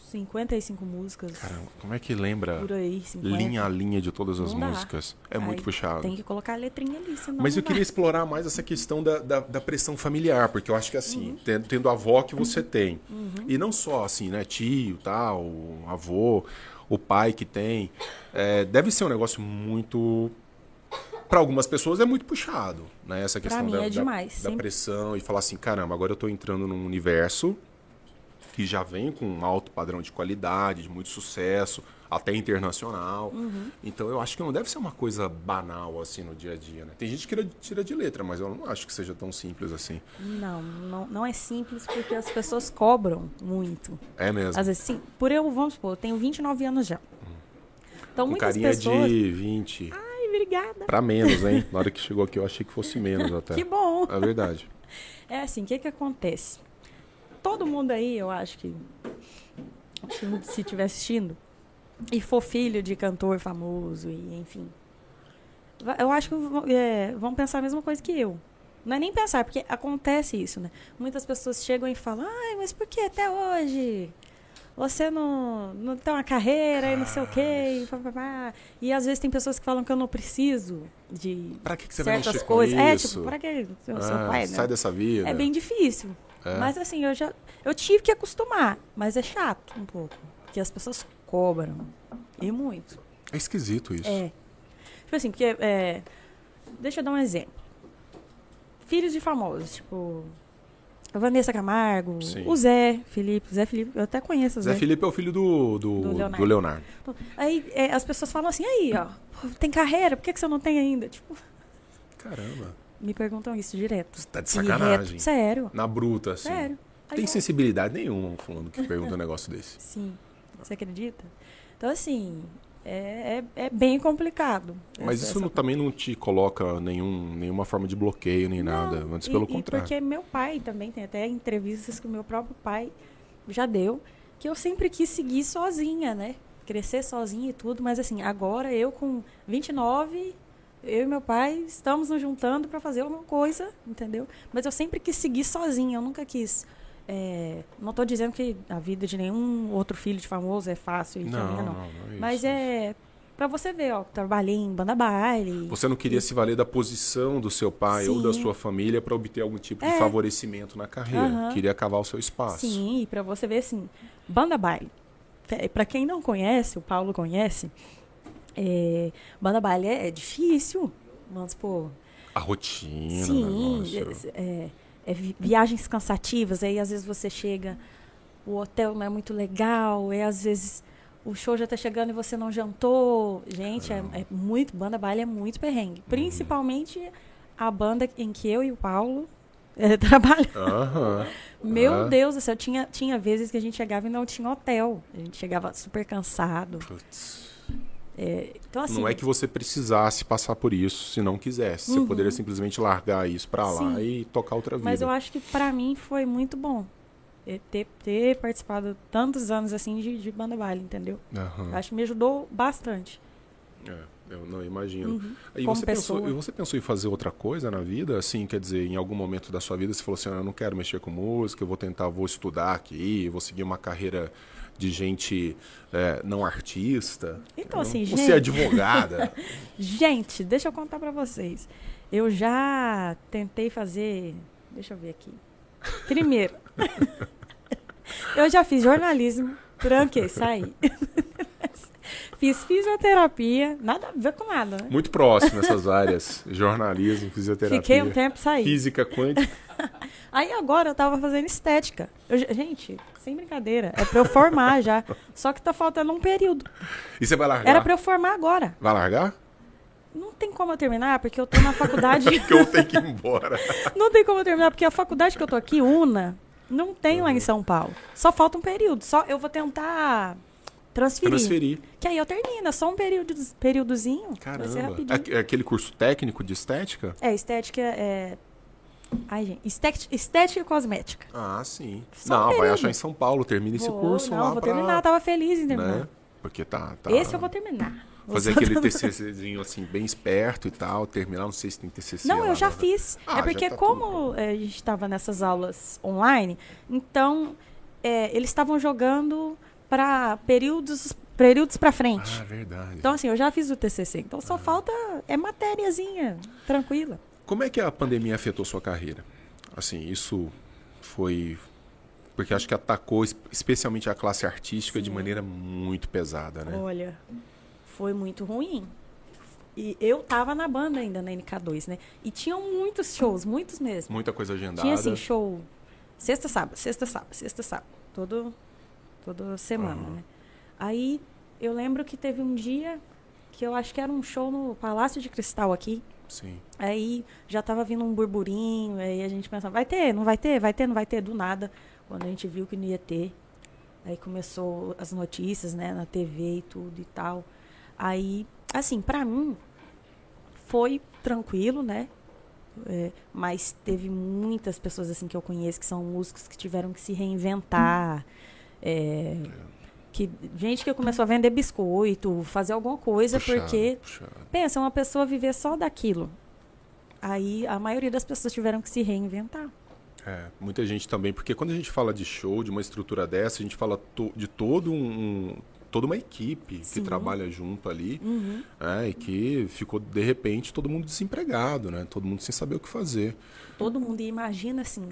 Speaker 2: 55 músicas
Speaker 1: Caramba, como é que lembra
Speaker 2: por aí, 50.
Speaker 1: linha a linha de todas as
Speaker 2: um Não dá.
Speaker 1: músicas? É
Speaker 2: Aí
Speaker 1: muito puxado.
Speaker 2: Tem que colocar a letrinha ali, senão.
Speaker 1: Mas
Speaker 2: não
Speaker 1: eu queria
Speaker 2: dá.
Speaker 1: explorar mais essa questão da, da, da pressão familiar, porque eu acho que assim,
Speaker 2: Uhum.
Speaker 1: ten- tendo, a avó que você tem, e não só assim, né, tio, tal, avô, o pai que tem, é, deve ser um negócio muito. Para algumas pessoas é muito puxado, né? Essa
Speaker 2: Pra
Speaker 1: questão
Speaker 2: mim
Speaker 1: da, da-
Speaker 2: é demais,
Speaker 1: da
Speaker 2: sempre.
Speaker 1: pressão e falar assim, caramba, agora eu tô entrando num universo que já vem com um alto padrão de qualidade, de muito sucesso, até internacional.
Speaker 2: Uhum.
Speaker 1: Então eu acho que não deve ser uma coisa banal assim no dia a dia, né? Tem gente que tira, tira de letra, mas eu não acho que seja tão simples assim.
Speaker 2: Não, não, não é simples porque as pessoas cobram muito.
Speaker 1: É mesmo.
Speaker 2: Às vezes, sim. Por eu, vamos supor, eu tenho 29 anos já. Então,
Speaker 1: Com
Speaker 2: muitas
Speaker 1: carinha
Speaker 2: pessoas.
Speaker 1: de 20 Pra
Speaker 2: Ai, obrigada.
Speaker 1: menos, hein? Na hora que chegou aqui eu achei que fosse menos até.
Speaker 2: Que bom.
Speaker 1: É verdade.
Speaker 2: É assim, o que que acontece? Todo mundo aí, eu acho que se- se estiver assistindo e for filho de cantor famoso e enfim, va- eu acho que vão- é, vão pensar a mesma coisa que eu. Não é nem pensar, porque acontece isso, né? Muitas pessoas chegam e falam, ai, mas por que até hoje? Você não, não tem uma carreira e não sei o quê. E, pá, pá, pá." e às vezes tem pessoas que falam que eu não preciso de
Speaker 1: Pra que, que você vai
Speaker 2: certas
Speaker 1: mexer
Speaker 2: coisas.
Speaker 1: com
Speaker 2: É,
Speaker 1: isso?
Speaker 2: tipo, pra que eu sou
Speaker 1: Ah,
Speaker 2: pai, né?
Speaker 1: Sai dessa vida.
Speaker 2: É bem difícil.
Speaker 1: É.
Speaker 2: Mas assim, eu já eu tive que acostumar, mas é chato um pouco, porque as pessoas cobram e muito.
Speaker 1: É esquisito isso.
Speaker 2: É. Tipo assim, porque é, deixa eu dar um exemplo. Filhos de famosos, tipo a Vanessa Camargo,
Speaker 1: Sim.
Speaker 2: o Zé Felipe, Zé Felipe, eu até conheço o Zé.
Speaker 1: Zé Felipe é o filho do, do,
Speaker 2: Do Leonardo.
Speaker 1: do Leonardo.
Speaker 2: Aí é, as pessoas falam assim, aí, ó, pô, tem carreira, por que, que você não tem ainda? Tipo,
Speaker 1: Caramba.
Speaker 2: me perguntam isso direto.
Speaker 1: Tá de
Speaker 2: Direto,
Speaker 1: sacanagem.
Speaker 2: Sério,
Speaker 1: Na bruta, assim.
Speaker 2: sério. Aí é.
Speaker 1: Tem
Speaker 2: eu-
Speaker 1: sensibilidade nenhuma um fulano que pergunta um negócio desse.
Speaker 2: Sim. Você acredita? Então, assim, é, é, é bem complicado.
Speaker 1: Mas
Speaker 2: Essa-
Speaker 1: isso não-
Speaker 2: essa-
Speaker 1: também não te coloca nenhum, nenhuma forma de bloqueio nem nada.
Speaker 2: Não,
Speaker 1: Antes,
Speaker 2: e-
Speaker 1: pelo
Speaker 2: e
Speaker 1: contrário.
Speaker 2: porque meu pai também tem até entrevistas que o meu próprio pai já deu, que eu sempre quis seguir sozinha, né? Crescer sozinha e tudo, mas assim, agora eu com 29, eu e meu pai estamos nos juntando para fazer alguma coisa, entendeu? Mas eu sempre quis seguir sozinha, eu nunca quis. é, não estou dizendo que a vida de nenhum outro filho de famoso é fácil e
Speaker 1: Não,
Speaker 2: também
Speaker 1: não,
Speaker 2: não.
Speaker 1: não, é isso.
Speaker 2: Mas é pra você ver, ó, trabalhei em banda baile.
Speaker 1: Você não queria se valer da posição do seu pai ou da
Speaker 2: Sim.
Speaker 1: sua família para obter algum tipo de
Speaker 2: É.
Speaker 1: favorecimento na carreira.
Speaker 2: Aham.
Speaker 1: Queria cavar o seu espaço.
Speaker 2: Sim, e pra você ver assim, banda baile. Fe- Pra quem não conhece, o Paulo conhece, é, banda baile é, é difícil. Vamos supor,
Speaker 1: A rotina, o
Speaker 2: Sim,
Speaker 1: negócio.
Speaker 2: é, é- é vi- viagens cansativas, aí às vezes você chega, o hotel não é muito legal, e às vezes o show já tá chegando e você não jantou. Gente, é, é muito, banda baile é muito perrengue.
Speaker 1: Uhum.
Speaker 2: Principalmente a banda em que eu e o Paulo eh, trabalhamos.
Speaker 1: Aham.
Speaker 2: Meu
Speaker 1: Ah.
Speaker 2: Deus do céu, tinha, tinha vezes que a gente chegava e não tinha hotel. A gente chegava super cansado.
Speaker 1: Putz.
Speaker 2: É, então, assim,
Speaker 1: Não é que você precisasse passar por isso se não quisesse. Você poderia simplesmente largar isso para lá
Speaker 2: Uhum. Sim.
Speaker 1: e tocar outra vida.
Speaker 2: Mas eu acho que pra mim foi muito bom eh, ter, ter participado tantos anos assim de, de banda baile, entendeu?
Speaker 1: Aham.
Speaker 2: Eu acho que me ajudou bastante.
Speaker 1: É, eu não imagino. E,
Speaker 2: Uhum. Como
Speaker 1: você pensou,
Speaker 2: pessoa.
Speaker 1: e você pensou em fazer outra coisa na vida? Assim, quer dizer, em algum momento da sua vida você falou assim: "Ah, eu não quero mexer com música, eu vou tentar, vou estudar aqui, eu vou seguir uma carreira de gente é, não artista.
Speaker 2: Então,
Speaker 1: Eu
Speaker 2: assim,
Speaker 1: vou
Speaker 2: gente-
Speaker 1: ser advogada.
Speaker 2: Gente, deixa eu contar pra vocês. Eu já tentei fazer. Deixa eu ver aqui. Primeiro, eu já fiz jornalismo, tranquei, saí. fiz fisioterapia, nada a ver com nada, né?
Speaker 1: Muito próximo essas áreas: jornalismo, fisioterapia,
Speaker 2: Fiquei um tempo, saí.
Speaker 1: física quântica.
Speaker 2: Aí agora eu tava fazendo estética. Eu já- gente, sem brincadeira. É pra eu formar já. Só que tá faltando um período.
Speaker 1: E você vai largar?
Speaker 2: Era pra eu formar agora.
Speaker 1: Vai largar?
Speaker 2: Não tem como eu terminar, porque eu tô na faculdade.
Speaker 1: que eu tenho que ir embora.
Speaker 2: não tem como eu terminar, porque a faculdade que eu tô aqui, UNA, não tem lá em São Paulo. Só falta um período. Só eu vou tentar transferir.
Speaker 1: Transferir.
Speaker 2: Que aí eu termino. É só um período, períodozinho. vai ser
Speaker 1: Caramba.
Speaker 2: rapidinho.
Speaker 1: É- É aquele curso técnico de estética?
Speaker 2: É, estética é. Ai, gente. Estética, estética e cosmética.
Speaker 1: Ah, sim.
Speaker 2: Só um
Speaker 1: não, vai
Speaker 2: período.
Speaker 1: achar em São Paulo. Termina esse
Speaker 2: Vou-
Speaker 1: curso
Speaker 2: não,
Speaker 1: lá
Speaker 2: vou
Speaker 1: pra...
Speaker 2: terminar. Tava feliz em terminar.
Speaker 1: né? Porque tá, tá...
Speaker 2: Esse eu vou terminar. Vou
Speaker 1: Fazer
Speaker 2: só
Speaker 1: aquele
Speaker 2: terminar.
Speaker 1: TCCzinho assim, bem esperto e tal. Terminar, não sei se tem TCC
Speaker 2: Não,
Speaker 1: lá,
Speaker 2: eu já
Speaker 1: né?
Speaker 2: fiz.
Speaker 1: Ah,
Speaker 2: é
Speaker 1: já
Speaker 2: porque
Speaker 1: tá
Speaker 2: como eh, a gente estava nessas aulas online, então eh, eles estavam jogando para períodos períodos para frente.
Speaker 1: Ah, verdade.
Speaker 2: Então assim, eu já fiz o TCC. Então só falta é matériazinha tranquila.
Speaker 1: Como é que a pandemia afetou sua carreira? Assim, isso foi porque acho que atacou es- especialmente a classe artística de maneira muito pesada, né?
Speaker 2: Olha, foi muito ruim. E eu tava na banda ainda na NK2, né? E tinham muitos shows, muitos mesmo.
Speaker 1: Muita coisa agendada.
Speaker 2: Tinha assim, show sexta, sábado, sexta, sábado, sexta, sábado. Todo, toda semana, né? Aí eu lembro que teve um dia que eu acho que era um show no Palácio de Cristal aqui.
Speaker 1: Sim.
Speaker 2: Aí já tava vindo um burburinho, aí a gente pensava, vai ter, não vai ter, vai ter, não vai ter, do nada. Quando a gente viu que não ia ter, aí começou as notícias, né, na TV e tudo e tal. Aí, assim, pra mim, foi tranquilo, né? É, mas teve muitas pessoas, assim, que eu conheço, que são músicos que tiveram que se reinventar. é, que, gente que começou a vender biscoito, fazer alguma coisa,
Speaker 1: Puxado,
Speaker 2: porque
Speaker 1: puxado.
Speaker 2: Pensa, uma pessoa viver só daquilo. Aí a maioria das pessoas tiveram que se reinventar.
Speaker 1: É, muita gente também, porque quando a gente fala de show, de uma estrutura dessa, a gente fala to- de todo um, um- toda uma equipe
Speaker 2: Sim. Uhum.
Speaker 1: que trabalha junto ali, né, e que ficou de repente todo mundo desempregado, né? Todo mundo sem saber o que fazer.
Speaker 2: Todo mundo imagina assim.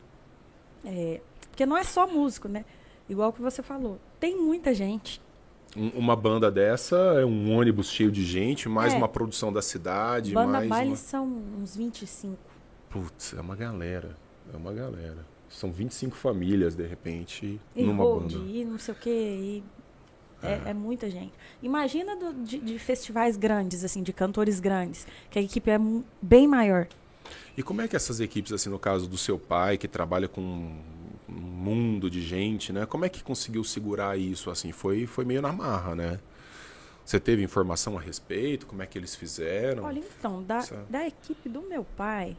Speaker 2: é, porque não é só músico, né? Igual que você falou. Tem muita gente.
Speaker 1: Um- uma banda dessa é um ônibus cheio de gente, mais
Speaker 2: É.
Speaker 1: uma produção da cidade,
Speaker 2: Banda
Speaker 1: mais
Speaker 2: baile
Speaker 1: uma...
Speaker 2: são uns 25.
Speaker 1: Putz, é uma galera. É uma galera. São 25 famílias, de repente,
Speaker 2: E
Speaker 1: numa
Speaker 2: road,
Speaker 1: banda.
Speaker 2: e não sei o quê. E é, é muita gente. Imagina do- de, de festivais grandes, assim, de cantores grandes. Que a equipe é mu- bem maior.
Speaker 1: E como é que essas equipes, assim, no caso do seu pai, que trabalha com um mundo de gente, né? Como é que conseguiu segurar isso, assim? Foi, foi meio na marra, né? Você teve informação a respeito? Como é que eles fizeram?
Speaker 2: Olha, então, da,
Speaker 1: Certo.
Speaker 2: da equipe do meu pai,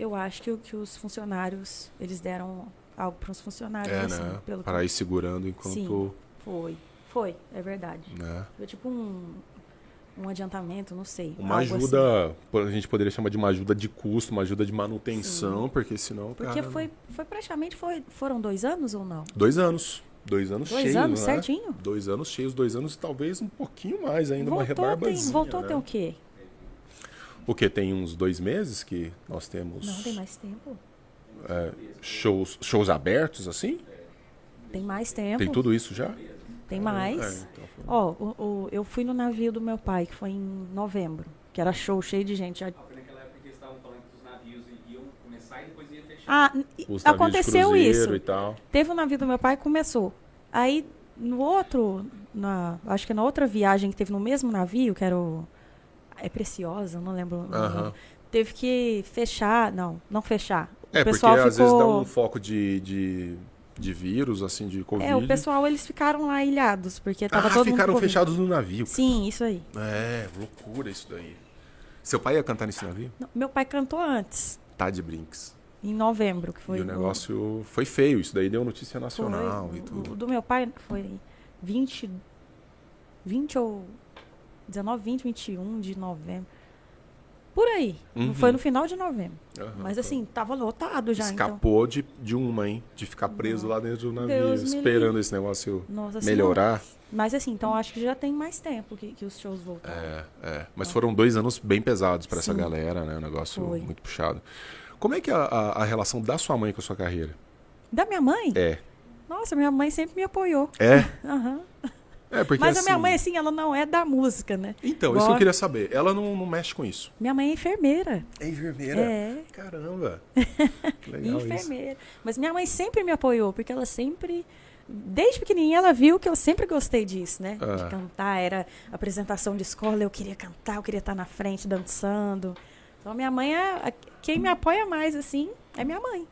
Speaker 2: eu acho que, o- que os funcionários, eles deram algo para os funcionários,
Speaker 1: é,
Speaker 2: assim,
Speaker 1: né?
Speaker 2: pelo
Speaker 1: Para ir segurando enquanto...
Speaker 2: que foi. Foi, é verdade.
Speaker 1: Né?
Speaker 2: Foi tipo um, um adiantamento, não sei.
Speaker 1: Uma
Speaker 2: algo assim.
Speaker 1: ajuda, pô, a gente poderia chamar de uma ajuda de custo, uma ajuda de manutenção, porque senão.
Speaker 2: Porque
Speaker 1: cara,
Speaker 2: foi, foi praticamente, foi, foram dois anos ou não?
Speaker 1: Dois anos. Dois anos
Speaker 2: Dois
Speaker 1: cheios.
Speaker 2: anos,
Speaker 1: né?
Speaker 2: certinho?
Speaker 1: Dois anos cheios, dois anos e talvez um pouquinho mais ainda, uma
Speaker 2: voltou a ter,
Speaker 1: rebarbazinha.
Speaker 2: voltou a
Speaker 1: né?
Speaker 2: ter o quê?
Speaker 1: Porque tem uns dois meses que nós temos é,
Speaker 2: Não, tem mais tempo.
Speaker 1: shows, shows abertos, assim?
Speaker 2: Tem um mais tempo.
Speaker 1: Tem tudo isso já?
Speaker 2: Tem mais.
Speaker 1: É, então foi-
Speaker 2: Ó, o- o- eu fui no navio do meu pai, que foi em novembro. Que era show cheio de gente. Já
Speaker 3: Ah, foi naquela época que eles estavam falando que os navios iam começar e depois ia fechar.
Speaker 2: Ah, n- e-
Speaker 1: Os navios de
Speaker 2: aconteceu
Speaker 1: cruzeiro
Speaker 2: isso.
Speaker 1: E tal.
Speaker 2: Teve um navio do meu pai e começou. Aí, no outro, na, acho que na outra viagem que teve no mesmo navio, que era o. É Preciosa, não lembro. o nome.
Speaker 1: Aham.
Speaker 2: Teve que fechar. Não, não fechar. O
Speaker 1: É, porque
Speaker 2: pessoal
Speaker 1: às vezes dá
Speaker 2: ficou.
Speaker 1: um foco de, de, de vírus, assim, de Covid.
Speaker 2: É, o pessoal, eles ficaram lá ilhados, porque tava
Speaker 1: ah,
Speaker 2: todo mundo.
Speaker 1: ficaram
Speaker 2: com Covid.
Speaker 1: fechados no navio.
Speaker 2: Sim, isso aí.
Speaker 1: É, loucura isso daí. Seu pai ia cantar nesse navio?
Speaker 2: Não, Meu pai cantou antes,
Speaker 1: Tá de brinks.
Speaker 2: em novembro, que foi.
Speaker 1: e o negócio foi feio, isso daí deu notícia
Speaker 2: Foi.
Speaker 1: nacional e
Speaker 2: O-
Speaker 1: tudo.
Speaker 2: O do meu pai né? foi 20, 20 ou 19, 20, 21 de novembro. Por aí. Não
Speaker 1: Uhum.
Speaker 2: Foi no final de novembro.
Speaker 1: Aham,
Speaker 2: Mas
Speaker 1: tá.
Speaker 2: assim, tava lotado já. então.
Speaker 1: Escapou de, de uma, hein? De ficar preso lá dentro do navio,
Speaker 2: Deus me
Speaker 1: esperando
Speaker 2: livre.
Speaker 1: esse negócio
Speaker 2: Nossa
Speaker 1: melhorar.
Speaker 2: Senhora. Mas assim, então acho que já tem mais tempo que, que os shows voltaram.
Speaker 1: É, é. Mas foram dois anos bem pesados pra essa galera, né? Um negócio
Speaker 2: Ah. Foi.
Speaker 1: muito puxado. Como é que é a, a- a relação da sua mãe com a sua carreira?
Speaker 2: Da minha mãe?
Speaker 1: É.
Speaker 2: Nossa, minha mãe sempre me apoiou.
Speaker 1: É?
Speaker 2: Aham.
Speaker 1: É, porque
Speaker 2: Mas
Speaker 1: assim,
Speaker 2: a minha mãe, assim, ela não é da música, né?
Speaker 1: Então, isso que eu
Speaker 2: Gosta.
Speaker 1: queria saber. Ela não, não mexe com isso.
Speaker 2: Minha mãe é enfermeira.
Speaker 1: É enfermeira?
Speaker 2: É.
Speaker 1: Caramba. Que legal isso.
Speaker 2: enfermeira. Mas minha mãe sempre me apoiou, porque ela sempre desde pequenininha ela viu que eu sempre gostei disso, né?
Speaker 1: Ah.
Speaker 2: De cantar, era apresentação de escola, eu queria cantar, eu queria estar na frente dançando. Então minha mãe é a- quem me apoia mais assim é minha mãe.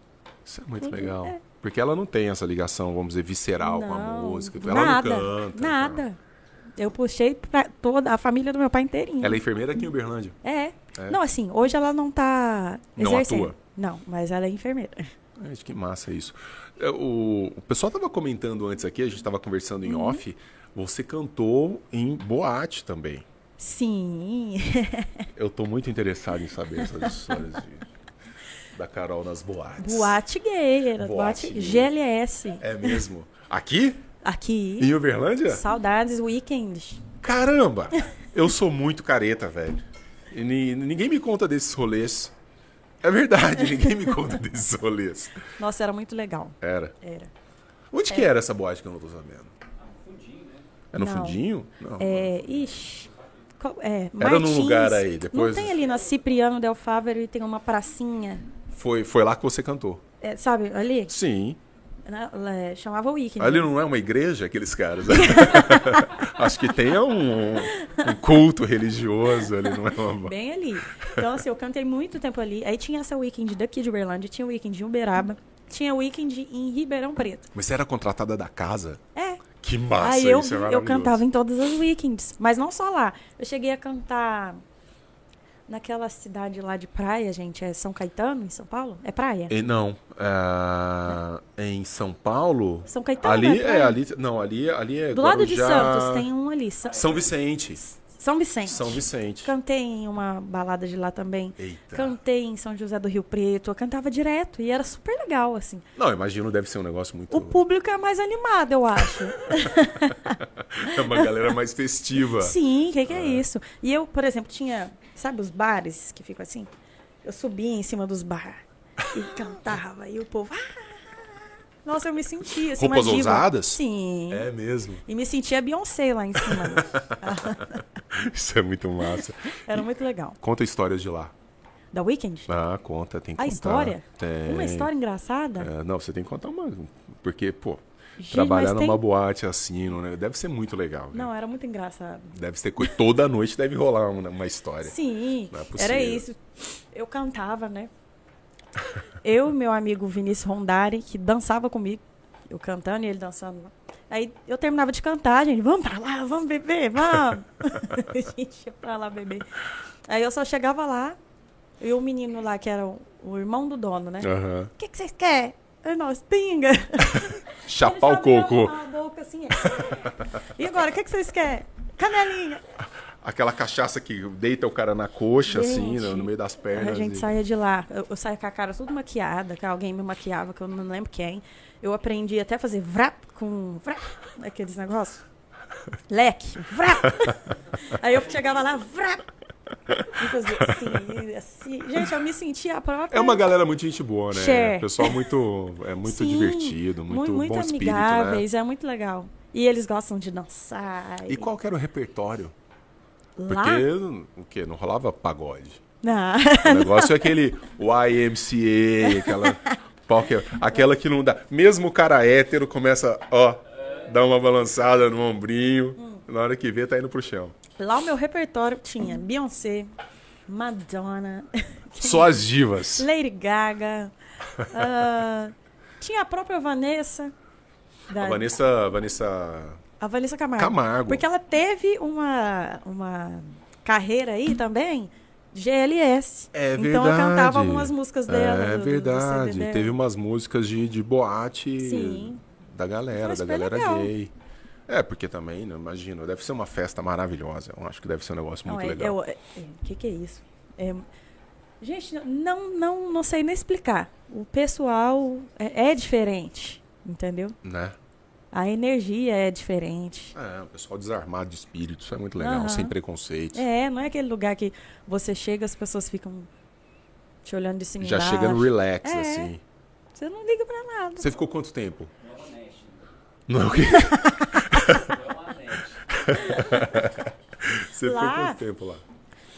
Speaker 1: Isso é muito legal. Porque ela não tem essa ligação, vamos dizer, visceral com a música. então Ela
Speaker 2: nada,
Speaker 1: não canta. tá?
Speaker 2: nada. Eu puxei pra toda a família do meu pai inteirinho.
Speaker 1: Ela é enfermeira aqui em Uberlândia.
Speaker 2: É. Não, assim, hoje ela não tá
Speaker 1: Não
Speaker 2: exercendo.
Speaker 1: atua.
Speaker 2: Não, mas ela é enfermeira.
Speaker 1: Gente, que massa isso. É, O, o pessoal tava comentando antes aqui, a gente tava conversando
Speaker 2: Uhum.
Speaker 1: em off. Você cantou em boate também.
Speaker 2: Sim.
Speaker 1: Eu tô muito interessado em saber essas histórias de- da Carol nas boates.
Speaker 2: Boate gay, era
Speaker 1: Boate
Speaker 2: boate,
Speaker 1: gay.
Speaker 2: GLS.
Speaker 1: É mesmo. Aqui?
Speaker 2: Aqui.
Speaker 1: Em Uberlândia?
Speaker 2: Saudades weekend.
Speaker 1: Caramba! Eu sou muito careta, velho. E ni- ninguém me conta desses rolês. É verdade, ninguém me conta desses rolês.
Speaker 2: Nossa, era muito legal.
Speaker 1: Era.
Speaker 2: Era.
Speaker 1: Onde que era essa boate que eu não tô sabendo? É no
Speaker 2: É. Não.
Speaker 1: fundinho? Não.
Speaker 2: É, ixi. qual- É,
Speaker 1: Era num
Speaker 2: Martins.
Speaker 1: lugar aí, depois-
Speaker 2: Não tem ali na Cipriano Del Fávero e tem uma pracinha,
Speaker 1: Foi, foi lá que você cantou.
Speaker 2: é, sabe, ali?
Speaker 1: Sim.
Speaker 2: Na- lá, é, chamava Weekend.
Speaker 1: Ali não é uma igreja, aqueles caras. Acho que tem um, um culto religioso ali, não é uma...
Speaker 2: Bem ali. Então, assim, eu cantei muito tempo ali. Aí tinha essa weekend daqui de Uberlândia, tinha weekend em Uberaba, tinha weekend em Ribeirão Preto.
Speaker 1: Mas você era contratada da casa?
Speaker 2: É.
Speaker 1: Que massa,
Speaker 2: aí eu,
Speaker 1: isso é
Speaker 2: vi- eu
Speaker 1: maravilhoso.
Speaker 2: cantava em todas as weekends, mas não só lá. Eu cheguei a cantar naquela cidade lá de praia, gente, é São Caetano, em São Paulo? É praia?
Speaker 1: E não, ah, em São Paulo.
Speaker 2: São Caetano,
Speaker 1: Ali
Speaker 2: é,
Speaker 1: é,
Speaker 2: praia.
Speaker 1: ali, não, ali, ali é
Speaker 2: Do lado de
Speaker 1: Guarujá,
Speaker 2: Santos tem um ali, Sa-
Speaker 1: São Vicente.
Speaker 2: São Vicente.
Speaker 1: São Vicente.
Speaker 2: Cantei em uma balada de lá também.
Speaker 1: Eita.
Speaker 2: Cantei em São José do Rio Preto, eu cantava direto e era super legal assim.
Speaker 1: Não, imagino, deve ser um negócio muito.
Speaker 2: O público é mais animado, eu acho.
Speaker 1: É uma galera mais festiva.
Speaker 2: Sim, o que, que
Speaker 1: Ah.
Speaker 2: é isso? E eu, por exemplo, tinha, sabe os bares que ficam assim? Eu subia em cima dos bar e cantava, e o povo. "Ah!" Nossa, eu me sentia assim,
Speaker 1: Roupas
Speaker 2: uma diva.
Speaker 1: ousadas?
Speaker 2: Sim.
Speaker 1: É mesmo.
Speaker 2: E me sentia Beyoncé lá em cima.
Speaker 1: Isso é muito massa.
Speaker 2: Era muito legal.
Speaker 1: Conta histórias de lá.
Speaker 2: Da Weekend?
Speaker 1: Ah, conta, tem que
Speaker 2: A
Speaker 1: contar.
Speaker 2: história?
Speaker 1: Tem.
Speaker 2: Uma história engraçada?
Speaker 1: É, não, você tem que contar uma. Porque, pô,
Speaker 2: Gente,
Speaker 1: É. trabalhar
Speaker 2: mas
Speaker 1: numa
Speaker 2: tem-
Speaker 1: boate assim, não, né? deve ser muito legal. né?
Speaker 2: Não, era muito engraçado.
Speaker 1: Deve ser. coi- Toda noite deve rolar uma, uma história.
Speaker 2: Sim,
Speaker 1: Não é possível.
Speaker 2: era isso. Eu cantava, né? Eu e meu amigo Vinícius Rondari, que dançava comigo, eu cantando e ele dançando. Aí eu terminava de cantar, gente, vamos pra lá, vamos beber, vamos. a gente ia pra lá beber. Aí eu só chegava lá, e o menino lá, que era o, o irmão do dono, né?
Speaker 1: Aham.
Speaker 2: O que que vocês querem? Aí nós, pinga.
Speaker 1: Chapar o
Speaker 2: Ele só
Speaker 1: coco.
Speaker 2: virava A boca assim, é. E agora, o que que vocês querem? Canelinha.
Speaker 1: Aquela cachaça que deita o cara na coxa, assim,
Speaker 2: Gente,
Speaker 1: no, no meio das pernas.
Speaker 2: A gente
Speaker 1: e-
Speaker 2: saía de lá. Eu, eu saía com a cara tudo maquiada, que alguém me maquiava, que eu não lembro quem. Eu aprendi até a fazer vrap com vrap, aqueles negócios. Leque, vrap. Aí eu chegava lá, vrap. E fazia assim, assim. Gente, eu me sentia a própria.
Speaker 1: É uma galera muito gente boa, né?
Speaker 2: Cher.
Speaker 1: Pessoal muito, é muito
Speaker 2: Sim,
Speaker 1: divertido, muito,
Speaker 2: mu- muito
Speaker 1: bom espírito, né?
Speaker 2: amigáveis, é muito legal. E eles gostam de dançar.
Speaker 1: E qual que era o repertório?
Speaker 2: lá?
Speaker 1: Porque o quê? Não rolava pagode.
Speaker 2: Não.
Speaker 1: O negócio é aquele YMCA, aquela qual que é? aquela que não dá. Mesmo o cara hétero começa, ó, dar uma balançada no ombrinho, na hora que vê tá indo pro chão.
Speaker 2: Lá o meu repertório tinha Beyoncé, Madonna.
Speaker 1: Só as divas.
Speaker 2: Lady Gaga. ah, tinha a própria Vanessa. da-
Speaker 1: A Vanessa, Vanessa
Speaker 2: a Vanessa Camargo.
Speaker 1: Camargo.
Speaker 2: Porque ela teve uma, uma carreira aí também, GLS.
Speaker 1: É verdade.
Speaker 2: Então eu cantava algumas músicas dela.
Speaker 1: É
Speaker 2: do- do- do
Speaker 1: verdade.
Speaker 2: CD dela.
Speaker 1: Teve umas músicas de, de boate
Speaker 2: Sim.
Speaker 1: da galera,
Speaker 2: Foi
Speaker 1: da
Speaker 2: super
Speaker 1: galera
Speaker 2: legal.
Speaker 1: gay. É, porque também, né, imagino, deve ser uma festa maravilhosa. Eu acho que deve ser um negócio
Speaker 2: Não,
Speaker 1: muito
Speaker 2: é-
Speaker 1: legal.
Speaker 2: eu- é- é, que que é isso? É, gente, não, não, não sei nem explicar. O pessoal é- é diferente, entendeu?
Speaker 1: Né?
Speaker 2: A energia é diferente.
Speaker 1: É, o pessoal desarmado de espírito, isso é muito legal,
Speaker 2: Aham.
Speaker 1: sem preconceitos.
Speaker 2: É, não é aquele lugar que você chega, as pessoas ficam te olhando de cima
Speaker 1: Já
Speaker 2: embaixo.
Speaker 1: chega no relax,
Speaker 2: É.
Speaker 1: assim.
Speaker 2: Você não liga pra nada.
Speaker 1: Você ficou quanto tempo?
Speaker 3: Não é honesto.
Speaker 1: Não, o quê?
Speaker 3: Não é honesto.
Speaker 1: Você
Speaker 2: Lá?
Speaker 1: ficou quanto tempo lá?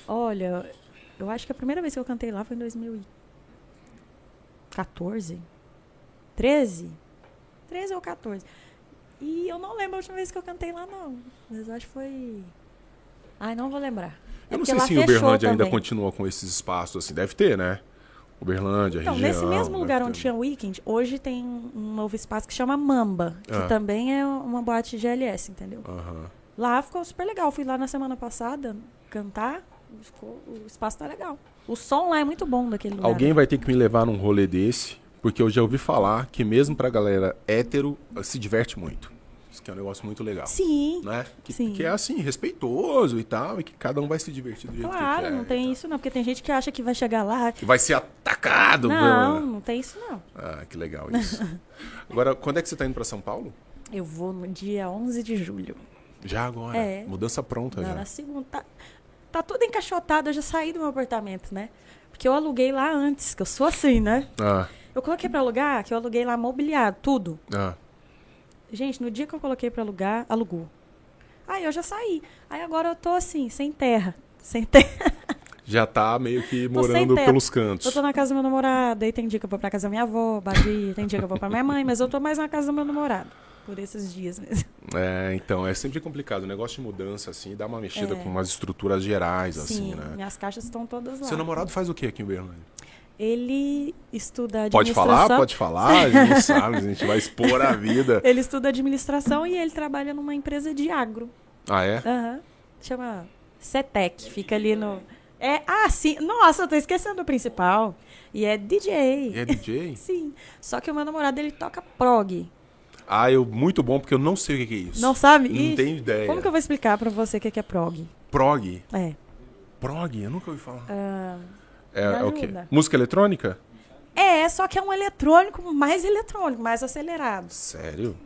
Speaker 2: Olha, eu acho que a primeira vez que eu cantei lá foi em 2014. 13? 13 ou 14. E eu não lembro a última vez que eu cantei lá, não. Mas eu acho que foi. Ai, não vou lembrar. É
Speaker 1: Eu não
Speaker 2: porque
Speaker 1: sei
Speaker 2: lá
Speaker 1: se o Uberlândia
Speaker 2: fechou
Speaker 1: ainda
Speaker 2: também.
Speaker 1: continua com esses espaços assim. Deve ter, né? Uberlândia,
Speaker 2: Então,
Speaker 1: região.
Speaker 2: nesse mesmo
Speaker 1: deve
Speaker 2: lugar
Speaker 1: ter.
Speaker 2: onde tinha Weekend, hoje tem um novo espaço que chama Mamba, que
Speaker 1: Ah.
Speaker 2: também é uma boate GLS, entendeu?
Speaker 1: Aham.
Speaker 2: Lá ficou super legal. Fui lá na semana passada cantar, ficou- o espaço tá legal. O som lá é muito bom daquele lugar.
Speaker 1: Alguém vai ter que me levar num rolê desse, porque eu já ouvi falar que mesmo pra galera hétero, se diverte muito. Isso que é um negócio muito legal.
Speaker 2: Sim,
Speaker 1: Né? Que,
Speaker 2: Sim.
Speaker 1: que é assim, respeitoso e tal, e que cada um vai se divertir do jeito que é, então.
Speaker 2: claro,
Speaker 1: quer.
Speaker 2: não
Speaker 1: e
Speaker 2: tem
Speaker 1: tal.
Speaker 2: isso não, porque tem gente que acha que vai chegar lá.
Speaker 1: Que vai ser atacado.
Speaker 2: Não,
Speaker 1: pela-
Speaker 2: não tem isso não.
Speaker 1: Ah, que legal isso. Agora, quando é que você tá indo pra São Paulo?
Speaker 2: Eu vou no dia 11 de julho.
Speaker 1: Já agora.
Speaker 2: É.
Speaker 1: Mudança pronta
Speaker 2: Não,
Speaker 1: já.
Speaker 2: na segunda. Tá, tá tudo encaixotado, eu já saí do meu apartamento, né? Porque eu aluguei lá antes, que eu sou assim, né?
Speaker 1: Ah,
Speaker 2: Eu coloquei pra alugar, que eu aluguei lá mobiliado, tudo.
Speaker 1: ah.
Speaker 2: Gente, no dia que eu coloquei pra alugar, alugou. Aí eu já saí. Aí agora eu tô assim, sem terra. Sem terra.
Speaker 1: Já tá meio que
Speaker 2: Tô sem
Speaker 1: morando
Speaker 2: teto.
Speaker 1: pelos cantos.
Speaker 2: Eu tô na casa do meu namorado, aí tem dia que eu vou pra casa da minha avó, Babi, tem dia que eu vou pra minha mãe, mas eu tô mais na casa do meu namorado. Por esses dias mesmo.
Speaker 1: É, então, é sempre complicado. O negócio de mudança, assim, dá uma mexida
Speaker 2: É.
Speaker 1: com umas estruturas gerais, assim,
Speaker 2: Sim,
Speaker 1: né?
Speaker 2: minhas caixas estão todas lá.
Speaker 1: Seu namorado faz o que aqui em Uberlândia?
Speaker 2: Ele estuda
Speaker 1: Pode
Speaker 2: administração.
Speaker 1: falar, pode falar, a gente não sabe, a gente vai expor a vida.
Speaker 2: Ele estuda administração e ele trabalha numa empresa de agro.
Speaker 1: Ah, é?
Speaker 2: Aham. Chama CETEC, fica ali no. É, ah, sim. Nossa, eu tô esquecendo do principal. E é
Speaker 1: E
Speaker 2: DJ.
Speaker 1: é DJ?
Speaker 2: Sim. Só que o meu namorado ele toca prog.
Speaker 1: Ah, eu muito bom, porque eu não sei o que que é isso.
Speaker 2: Não sabe?
Speaker 1: Não
Speaker 2: Ih,
Speaker 1: tenho ideia.
Speaker 2: Como que eu vou explicar pra você o que que é prog?
Speaker 1: Prog?
Speaker 2: É.
Speaker 1: Prog? Eu nunca ouvi falar. é,
Speaker 2: me
Speaker 1: é o quê?
Speaker 2: ajuda.
Speaker 1: Música eletrônica?
Speaker 2: É, só que é um eletrônico mais eletrônico, mais acelerado.
Speaker 1: Sério?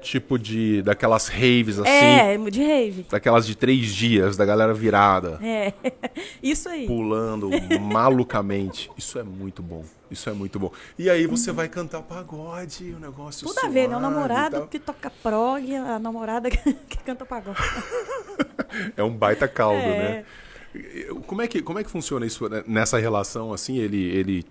Speaker 1: Tipo de... daquelas raves, assim.
Speaker 2: É, é de rave.
Speaker 1: Daquelas de três dias, da galera virada.
Speaker 2: É. Isso aí.
Speaker 1: pulando malucamente. Isso é muito bom. Isso é muito bom. E aí você vai cantar pagode, o negócio
Speaker 2: Tudo a ver, né? O
Speaker 1: suave e
Speaker 2: namorado
Speaker 1: tal.
Speaker 2: que toca prog, a namorada que, que canta pagode.
Speaker 1: É um baita caldo,
Speaker 2: É.
Speaker 1: né? Eu- Como é que como é que funciona isso né? nessa relação assim? Ele ele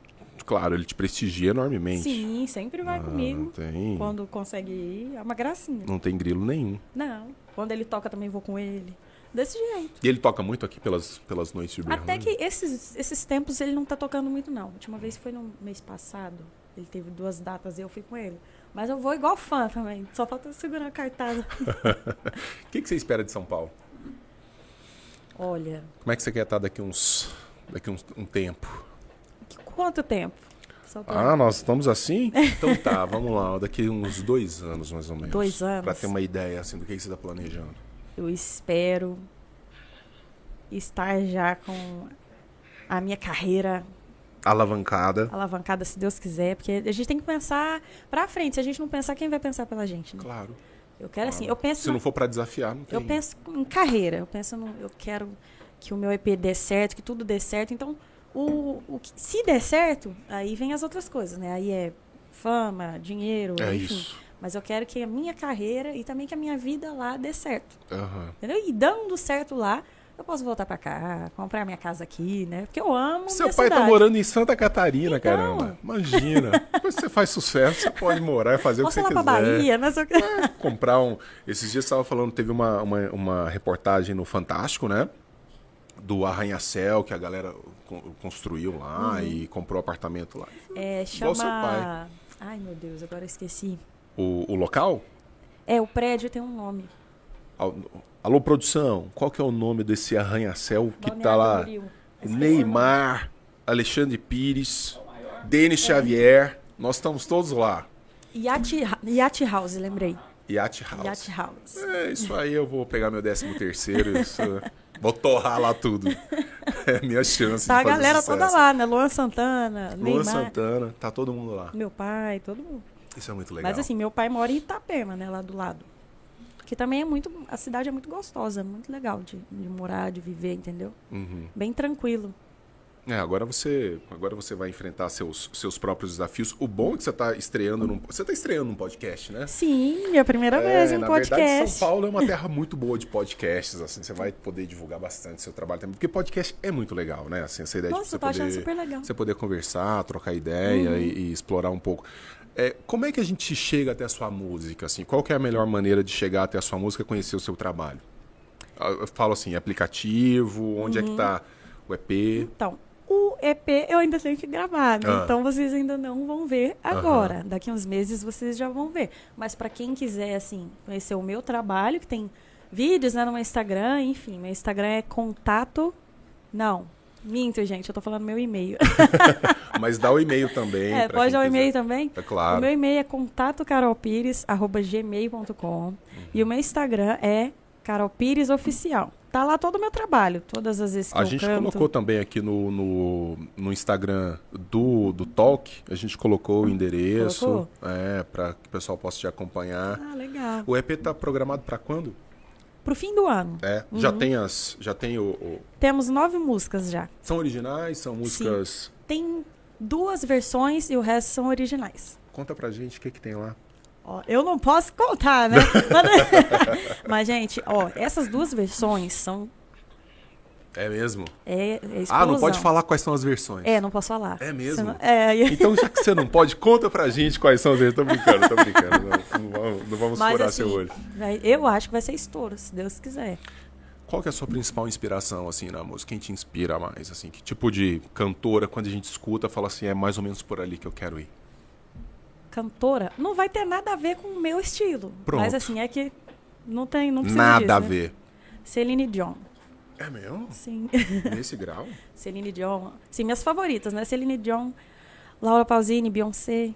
Speaker 1: claro, ele te prestigia enormemente.
Speaker 2: Sim, sempre vai
Speaker 1: Não
Speaker 2: comigo.
Speaker 1: tem
Speaker 2: Quando consegue ir, é uma gracinha.
Speaker 1: não tem grilo nenhum.
Speaker 2: Não. Quando ele toca, também vou com ele. Desse jeito.
Speaker 1: E ele toca muito aqui pelas pelas noites de Uberlândia?
Speaker 2: Até que esses, esses tempos ele não tá tocando muito, não. A última vez foi no mês passado. Ele teve duas datas e eu fui com ele. Mas eu vou igual fã também. Só falta eu segurar a cartada.
Speaker 1: O que que você espera de São Paulo?
Speaker 2: Olha,
Speaker 1: Como é que você quer estar daqui uns daqui uns, um tempo?
Speaker 2: que- quanto tempo? Só pra-
Speaker 1: Ah, nós estamos assim? Então tá, vamos lá. Daqui uns dois anos, mais ou menos.
Speaker 2: Dois anos.
Speaker 1: Pra ter uma ideia, assim, do que que você tá planejando.
Speaker 2: Eu espero estar já com a minha carreira
Speaker 1: Alavancada.
Speaker 2: alavancada, se Deus quiser, porque a gente tem que pensar pra frente. Se a gente não pensar, quem vai pensar pela gente? né?
Speaker 1: Claro.
Speaker 2: Eu quero assim, eu penso,
Speaker 1: Se não for pra desafiar, não tem.
Speaker 2: eu penso em carreira, eu penso no, eu quero que o meu EP dê certo, que tudo dê certo. Então, o, o que- se der certo, aí vem as outras coisas, né? Aí é fama, dinheiro,
Speaker 1: É
Speaker 2: enfim.
Speaker 1: isso.
Speaker 2: Mas eu quero que a minha carreira e também que a minha vida lá dê certo,
Speaker 1: Aham.
Speaker 2: entendeu? E dando certo lá, eu posso voltar pra cá, comprar minha casa aqui, né? Porque eu amo
Speaker 1: Seu
Speaker 2: minha
Speaker 1: pai tá
Speaker 2: cidade.
Speaker 1: morando em Santa Catarina,
Speaker 2: Então.
Speaker 1: caramba. Imagina. Depois que você faz sucesso, você pode morar e fazer
Speaker 2: Posso ir
Speaker 1: o
Speaker 2: lá
Speaker 1: que você
Speaker 2: pra
Speaker 1: quiser.
Speaker 2: Bahia, não sei o que.
Speaker 1: comprar um. Esses dias estava falando, teve uma, uma, uma reportagem no Fantástico, né? Do arranha-céu que a galera con- construiu lá e comprou apartamento lá.
Speaker 2: É,
Speaker 1: Igual seu pai.
Speaker 2: chama. Ai, meu Deus, agora eu esqueci.
Speaker 1: O, o local?
Speaker 2: É, o prédio tem um nome.
Speaker 1: Al- Alô, produção, qual que é o nome desse arranha-céu que tá
Speaker 2: Balneário
Speaker 1: lá?
Speaker 2: Camboriú.
Speaker 1: Neymar, Alexandre Pires, Denis Xavier, nós estamos todos lá.
Speaker 2: Yacht, Yacht House, lembrei.
Speaker 1: Yacht House.
Speaker 2: Yacht House.
Speaker 1: É, isso aí eu vou pegar meu 13 terceiro, isso- vou torrar lá tudo. É minha chance
Speaker 2: Tá a
Speaker 1: de fazer
Speaker 2: galera
Speaker 1: sucesso.
Speaker 2: toda lá, né? Luan Santana,
Speaker 1: Luan
Speaker 2: Neymar,
Speaker 1: Santana, tá todo mundo lá.
Speaker 2: meu pai, todo mundo.
Speaker 1: Isso é muito legal.
Speaker 2: Mas assim, meu pai mora em Itapema, né? Lá do lado. Que também é muito. A cidade é muito gostosa, muito legal de, de morar, de viver, entendeu?
Speaker 1: Uhum.
Speaker 2: Bem tranquilo.
Speaker 1: É, agora você, agora você vai enfrentar seus, seus próprios desafios. O bom é que você tá estreando num, você tá estreando num podcast, né?
Speaker 2: Sim, minha primeira vez em
Speaker 1: É, na
Speaker 2: É um podcast.
Speaker 1: verdade, São Paulo é uma terra muito boa de podcasts, assim, você vai poder divulgar bastante seu trabalho também, porque podcast é muito legal, né? Assim, essa ideia
Speaker 2: Nossa,
Speaker 1: de você
Speaker 2: eu tô achando Uhum.
Speaker 1: poder,
Speaker 2: super legal.
Speaker 1: você poder conversar, trocar ideia e, e explorar um pouco. É, como é que a gente chega até a sua música? Assim? Qual que é a melhor maneira de chegar até a sua música e conhecer o seu trabalho? Ah, Eu falo assim, aplicativo, onde
Speaker 2: Uhum.
Speaker 1: é que tá o EP?
Speaker 2: Então, o EP eu ainda tenho que gravar, né?
Speaker 1: Ah.
Speaker 2: então vocês ainda não vão ver agora. Daqui uns meses vocês já vão ver. Mas para quem quiser assim conhecer o meu trabalho, que tem vídeos né, no meu Instagram, enfim, meu Instagram é contato. Não, minto, gente, eu tô falando meu e-mail.
Speaker 1: Mas dá o e-mail também.
Speaker 2: É,
Speaker 1: pra
Speaker 2: pode
Speaker 1: quem
Speaker 2: dar o e-mail
Speaker 1: quiser.
Speaker 2: também?
Speaker 1: É claro.
Speaker 2: O meu e-mail é contatocarolpires.gmail.com
Speaker 1: Uhum.
Speaker 2: e o meu Instagram é carolpiresoficial. Tá lá todo o meu trabalho, todas as vezes que
Speaker 1: A
Speaker 2: eu
Speaker 1: gente
Speaker 2: canto.
Speaker 1: colocou também aqui no, no, no Instagram do, do Talk, a gente colocou o endereço,
Speaker 2: Hum, Colocou?
Speaker 1: é, para que o pessoal possa te acompanhar.
Speaker 2: Ah, legal.
Speaker 1: O EP tá programado para quando?
Speaker 2: Pro fim do ano.
Speaker 1: É, já
Speaker 2: Uhum.
Speaker 1: tem as, já tem o, o-
Speaker 2: Temos nove músicas já.
Speaker 1: são originais, são músicas.
Speaker 2: Tem duas versões e o resto são originais.
Speaker 1: Conta pra gente o que que tem lá.
Speaker 2: Ó, eu não posso contar, né? Mas, mas, gente, ó, essas duas versões são.
Speaker 1: É mesmo?
Speaker 2: É, é
Speaker 1: Ah, não
Speaker 2: explosão.
Speaker 1: pode falar quais são as versões.
Speaker 2: É, não posso falar.
Speaker 1: É mesmo?
Speaker 2: Senão- é, e-
Speaker 1: Então, já que você não pode, conta pra gente quais são as versões. Tô brincando, tô brincando. Não, não vamos, não vamos
Speaker 2: mas
Speaker 1: furar
Speaker 2: assim,
Speaker 1: seu olho.
Speaker 2: vai- eu acho que vai ser estouro, se Deus quiser.
Speaker 1: Qual que é a sua principal inspiração, assim, na música? Quem te inspira mais, assim? Que tipo de cantora, quando a gente escuta, fala assim, é mais ou menos por ali que eu quero ir?
Speaker 2: Cantora não vai ter nada a ver com o meu estilo.
Speaker 1: Pronto.
Speaker 2: Mas assim, é que não tem, não precisa
Speaker 1: Nada
Speaker 2: disso,
Speaker 1: a
Speaker 2: né?
Speaker 1: ver.
Speaker 2: Celine Dion.
Speaker 1: É mesmo?
Speaker 2: Sim.
Speaker 1: Nesse grau?
Speaker 2: Celine Dion. Sim, minhas favoritas, né? Celine Dion, Laura Pausini, Beyoncé.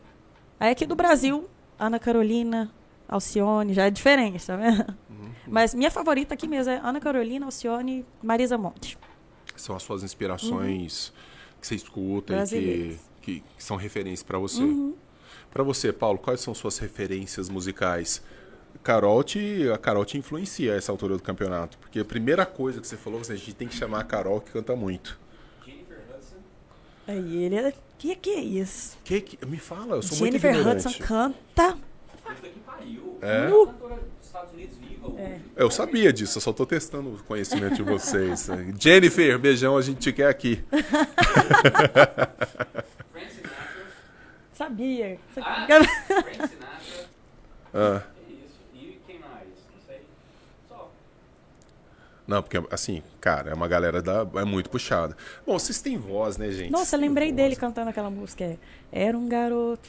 Speaker 2: Aí aqui do Brasil, Ana Carolina, Alcione, já é diferente, tá vendo?
Speaker 1: Uhum.
Speaker 2: Mas minha favorita aqui mesmo é Ana Carolina, Alcione, Marisa Monte.
Speaker 1: São as suas inspirações que você escuta e que,
Speaker 2: Uhum. Brasileiras. Uhum.
Speaker 1: que, que são referências pra você. Pra você, Paulo, quais são suas referências musicais? Carol te, a Carol te influencia a essa altura do campeonato. Porque a primeira coisa que você falou, você, a gente tem que chamar a Carol que canta muito.
Speaker 3: Jennifer Hudson,
Speaker 2: Aí ele, o que, que é isso?
Speaker 1: Que, que- me fala, eu sou
Speaker 2: Jennifer
Speaker 1: muito ignorante.
Speaker 2: Hudson canta.
Speaker 3: puta que pariu.
Speaker 1: É?
Speaker 3: Uma cantora dos Estados Unidos viva hoje.
Speaker 1: Eu sabia disso, eu só tô testando o conhecimento de vocês. Jennifer, beijão, a gente te quer aqui.
Speaker 3: Frank Sinatra.
Speaker 2: Sabia.
Speaker 3: Ah, Frank Sinatra.
Speaker 1: Ah,
Speaker 3: É isso. E quem mais? Não sei. Só.
Speaker 1: não, porque, assim, cara, é uma galera da, é muito puxada. Bom, vocês têm voz, né, gente?
Speaker 2: Nossa, eu
Speaker 1: Vocês têm
Speaker 2: lembrei
Speaker 1: voz.
Speaker 2: dele cantando aquela música. é, Era um garoto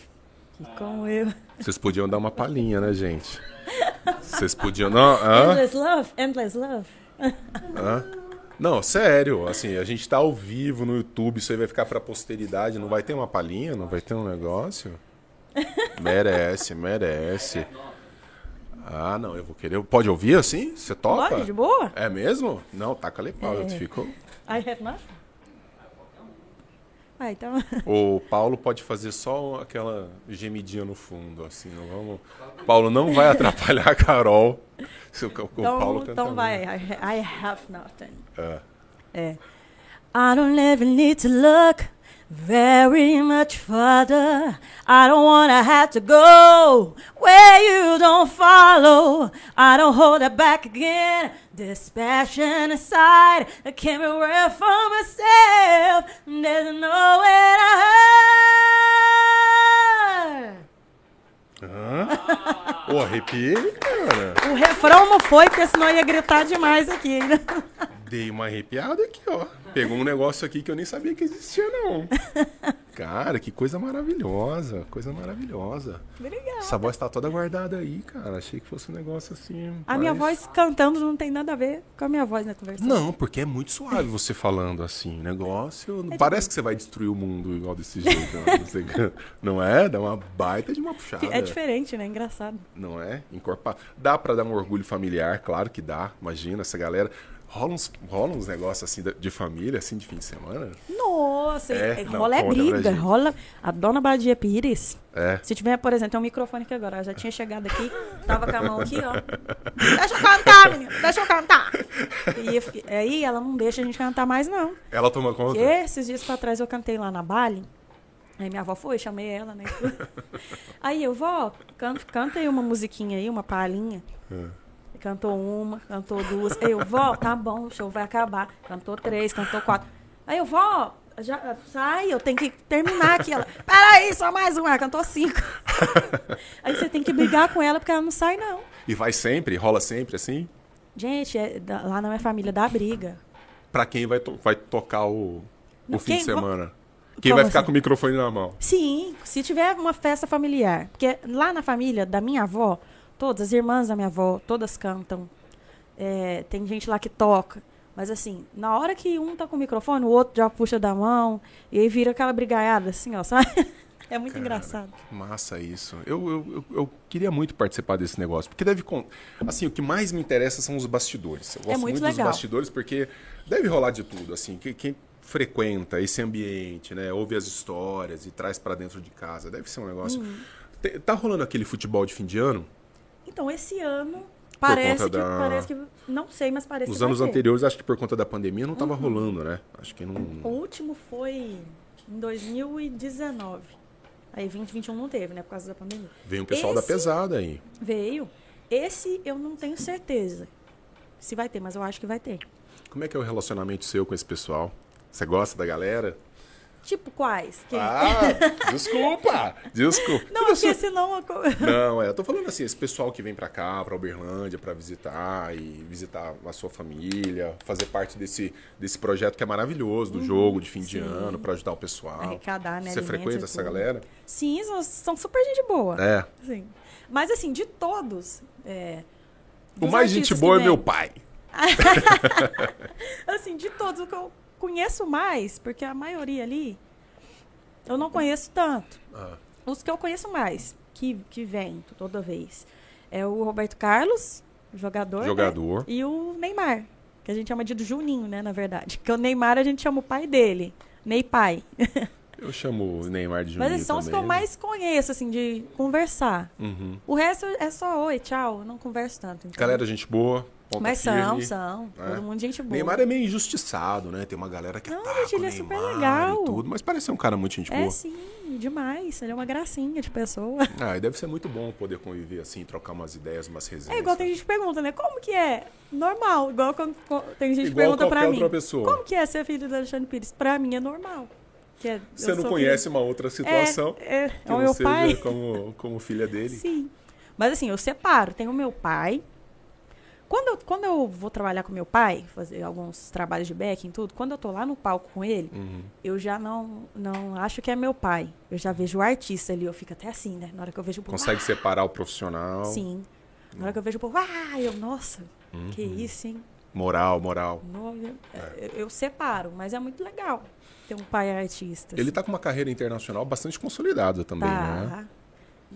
Speaker 2: que como eu.
Speaker 1: Vocês podiam dar uma palhinha, né, gente? Vocês podiam. Não, hã?
Speaker 2: Endless Love, Endless Love.
Speaker 1: Hã? não, sério, assim, a gente tá ao vivo no YouTube, isso aí vai ficar pra posteridade, não vai ter uma palhinha, não vai ter um negócio? Merece, merece. Ah, não, eu vou querer. Pode ouvir assim? Você topa?
Speaker 2: Olha, de boa?
Speaker 1: É mesmo? Não, taca ali pau, eu
Speaker 2: É.
Speaker 1: fico.
Speaker 2: I have nothing. Ah, então.
Speaker 1: O Paulo pode fazer só aquela gemidinha no fundo, assim, não vamos. Paulo não vai atrapalhar a Carol. Se o, o Paulo
Speaker 2: Então,
Speaker 1: canta
Speaker 2: então
Speaker 1: muito.
Speaker 2: vai. I, ha- I have nothing.
Speaker 1: É.
Speaker 2: É. I don't ever need to look very much further. I don't wanna have to go where you don't follow. I don't hold it back again. This passion inside, I can't be real for myself. There's nowhere to hide.
Speaker 1: Ô, arrepiei, cara.
Speaker 2: O refrão não foi, porque senão eu ia gritar demais aqui. hein?
Speaker 1: Dei uma arrepiada aqui, ó. Pegou um negócio aqui que eu nem sabia que existia, não. Cara, que coisa maravilhosa. Coisa maravilhosa.
Speaker 2: Obrigada.
Speaker 1: Essa voz tá toda guardada aí, cara. Achei que fosse um negócio assim.
Speaker 2: A minha
Speaker 1: mais-
Speaker 2: voz cantando não tem nada a ver com a minha voz né, na conversa.
Speaker 1: Não, porque é muito suave você falando assim. O negócio.
Speaker 2: É
Speaker 1: Não parece que você vai destruir o mundo igual desse jeito. né? Você- Não é? Dá uma baita de uma puxada.
Speaker 2: É diferente, né? Engraçado.
Speaker 1: Não é? Encorpar. Dá pra dar um orgulho familiar, claro que dá. Imagina essa galera. Rola uns, rola uns negócios assim da- de família, assim, de fim de semana.
Speaker 2: Nossa,
Speaker 1: É?
Speaker 2: é,
Speaker 1: Não,
Speaker 2: rola é
Speaker 1: conta pra
Speaker 2: briga,
Speaker 1: gente.
Speaker 2: rola. A dona Badia Pires.
Speaker 1: É.
Speaker 2: Se tiver, por exemplo, tem um microfone aqui agora. Ela já tinha chegado aqui, tava com a mão aqui, ó. Deixa eu cantar, menina, deixa eu cantar. E eu fiquei- aí ela não deixa a gente cantar mais, não.
Speaker 1: Ela toma conta?
Speaker 2: Porque esses dias pra trás eu cantei lá na Bali. Aí minha avó foi, chamei ela, né? aí eu, vó, can- canta aí uma musiquinha aí, uma palhinha. Cantou uma, cantou duas. Aí eu, vó, tá bom, o show vai acabar. Cantou três, cantou quatro. Aí eu, vó, já, sai, eu tenho que terminar aqui. Ela, peraí, só mais uma. Ela cantou cinco. Aí você tem que brigar com ela porque ela não sai, não.
Speaker 1: E vai sempre? Rola sempre assim?
Speaker 2: Gente, é da- lá na minha família dá briga.
Speaker 1: Pra quem vai, to- vai tocar o, o
Speaker 2: Mas
Speaker 1: fim de
Speaker 2: quem-
Speaker 1: semana? Quem
Speaker 2: Como
Speaker 1: vai ficar
Speaker 2: assim?
Speaker 1: com o microfone na mão?
Speaker 2: Sim, se tiver uma festa familiar. Porque lá na família da minha avó, todas as irmãs da minha avó, todas cantam. É, tem gente lá que toca. Mas assim, na hora que um tá com o microfone, o outro já puxa da mão. E aí vira aquela brigaiada, assim, ó, sabe? É muito engraçado.
Speaker 1: Que Massa isso. Eu, eu, eu, eu queria muito participar desse negócio. Porque deve. con- Assim, o que mais me interessa são os bastidores. Eu gosto
Speaker 2: É muito
Speaker 1: muito, dos
Speaker 2: legal.
Speaker 1: bastidores porque deve rolar de tudo. Assim, que- quem frequenta esse ambiente, né? Ouve as histórias e traz pra dentro de casa. Deve ser um negócio.
Speaker 2: Uhum.
Speaker 1: Te- Tá rolando aquele futebol de fim de ano?
Speaker 2: Então, esse ano parece que,
Speaker 1: conta da-
Speaker 2: parece que. Não sei, mas parece
Speaker 1: Nos
Speaker 2: que. vai
Speaker 1: anos
Speaker 2: ter. Uhum.
Speaker 1: anteriores, acho que por conta da pandemia, não tava rolando, né? Acho que não.
Speaker 2: O último foi em 2019. Aí 2021 não teve, né? Por causa da pandemia.
Speaker 1: Vem o pessoal da
Speaker 2: Esse-
Speaker 1: pesada aí.
Speaker 2: Veio. Esse eu não tenho certeza se vai ter, mas eu acho que vai ter.
Speaker 1: Como é que é o relacionamento seu com esse pessoal? Você gosta da galera?
Speaker 2: Tipo, quais? Que...
Speaker 1: Ah, desculpa! Desculpa.
Speaker 2: não,
Speaker 1: Olha só-
Speaker 2: porque assim, senão... eu co-
Speaker 1: Não, é, eu tô falando assim, esse pessoal que vem pra cá, pra Uberlândia, pra visitar e visitar a sua família, fazer parte desse, desse projeto que é maravilhoso, do jogo de fim de
Speaker 2: Uhum, sim.
Speaker 1: ano, pra ajudar o pessoal.
Speaker 2: Arrecadar, né,
Speaker 1: Ah, Você
Speaker 2: alimentos
Speaker 1: frequenta
Speaker 2: e
Speaker 1: essa
Speaker 2: tudo.
Speaker 1: galera?
Speaker 2: Sim, são, são super gente boa.
Speaker 1: É.
Speaker 2: Sim. Mas assim, de todos... é,
Speaker 1: O
Speaker 2: dos
Speaker 1: mais gente
Speaker 2: artistas
Speaker 1: boa é
Speaker 2: que vêm,
Speaker 1: meu pai.
Speaker 2: Assim, de todos, o que eu conheço mais, porque a maioria ali eu não conheço tanto.
Speaker 1: Ah.
Speaker 2: Os que eu conheço mais, que, que vem toda vez, é o Roberto Carlos, jogador. né?
Speaker 1: Jogador.
Speaker 2: E o Neymar, que a gente chama de do Juninho, né, na verdade. Porque o Neymar a gente chama o pai dele. Ney pai.
Speaker 1: Eu chamo o Neymar de Juninho
Speaker 2: Mas são os que eu
Speaker 1: também. né?
Speaker 2: mais conheço, assim, de conversar.
Speaker 1: Uhum.
Speaker 2: O resto é só oi, tchau. Eu não converso tanto. então.
Speaker 1: Galera, gente boa. Ponta
Speaker 2: Mas são,
Speaker 1: tá firme.
Speaker 2: são.
Speaker 1: né?
Speaker 2: Todo mundo gente boa.
Speaker 1: Neymar é meio injustiçado, né? Tem uma galera que
Speaker 2: Não,
Speaker 1: ataca
Speaker 2: gente, ele
Speaker 1: o
Speaker 2: é super
Speaker 1: Neymar e
Speaker 2: legal.
Speaker 1: tudo, mas parece ser um cara muito gente
Speaker 2: É
Speaker 1: boa.
Speaker 2: sim, demais. Ele é uma gracinha de pessoa.
Speaker 1: Ah, e deve ser muito bom poder conviver assim, trocar umas ideias, umas resenhas.
Speaker 2: É igual tem gente que pergunta, né? Como que é? Normal. Igual quando co- tem gente que
Speaker 1: Igual
Speaker 2: pergunta pra
Speaker 1: qualquer
Speaker 2: mim.
Speaker 1: outra pessoa.
Speaker 2: Como que é ser filho do Alexandre Pires? Pra mim é normal. Que é- eu
Speaker 1: Você não
Speaker 2: sou
Speaker 1: conhece
Speaker 2: filha-
Speaker 1: uma outra situação
Speaker 2: É, é,
Speaker 1: que
Speaker 2: é o
Speaker 1: não
Speaker 2: meu
Speaker 1: seja
Speaker 2: pai.
Speaker 1: Como, como filha dele.
Speaker 2: Sim. Mas assim, eu separo. Tem o meu pai. Quando eu, quando eu vou trabalhar com meu pai, fazer alguns trabalhos de backing e tudo, quando eu tô lá no palco com ele,
Speaker 1: Uhum.
Speaker 2: eu já não, não acho que é meu pai. Eu já vejo o artista ali, eu fico até assim, né? Na hora que eu vejo o povo,
Speaker 1: Consegue separar o profissional.
Speaker 2: Sim. Na hora que eu vejo o povo, ah, eu, nossa, que isso, hein?
Speaker 1: Moral, moral.
Speaker 2: No- eu- eu, eu separo, mas é muito legal ter um pai artista.
Speaker 1: Ele tá com uma carreira internacional bastante consolidada também, né?
Speaker 2: tá.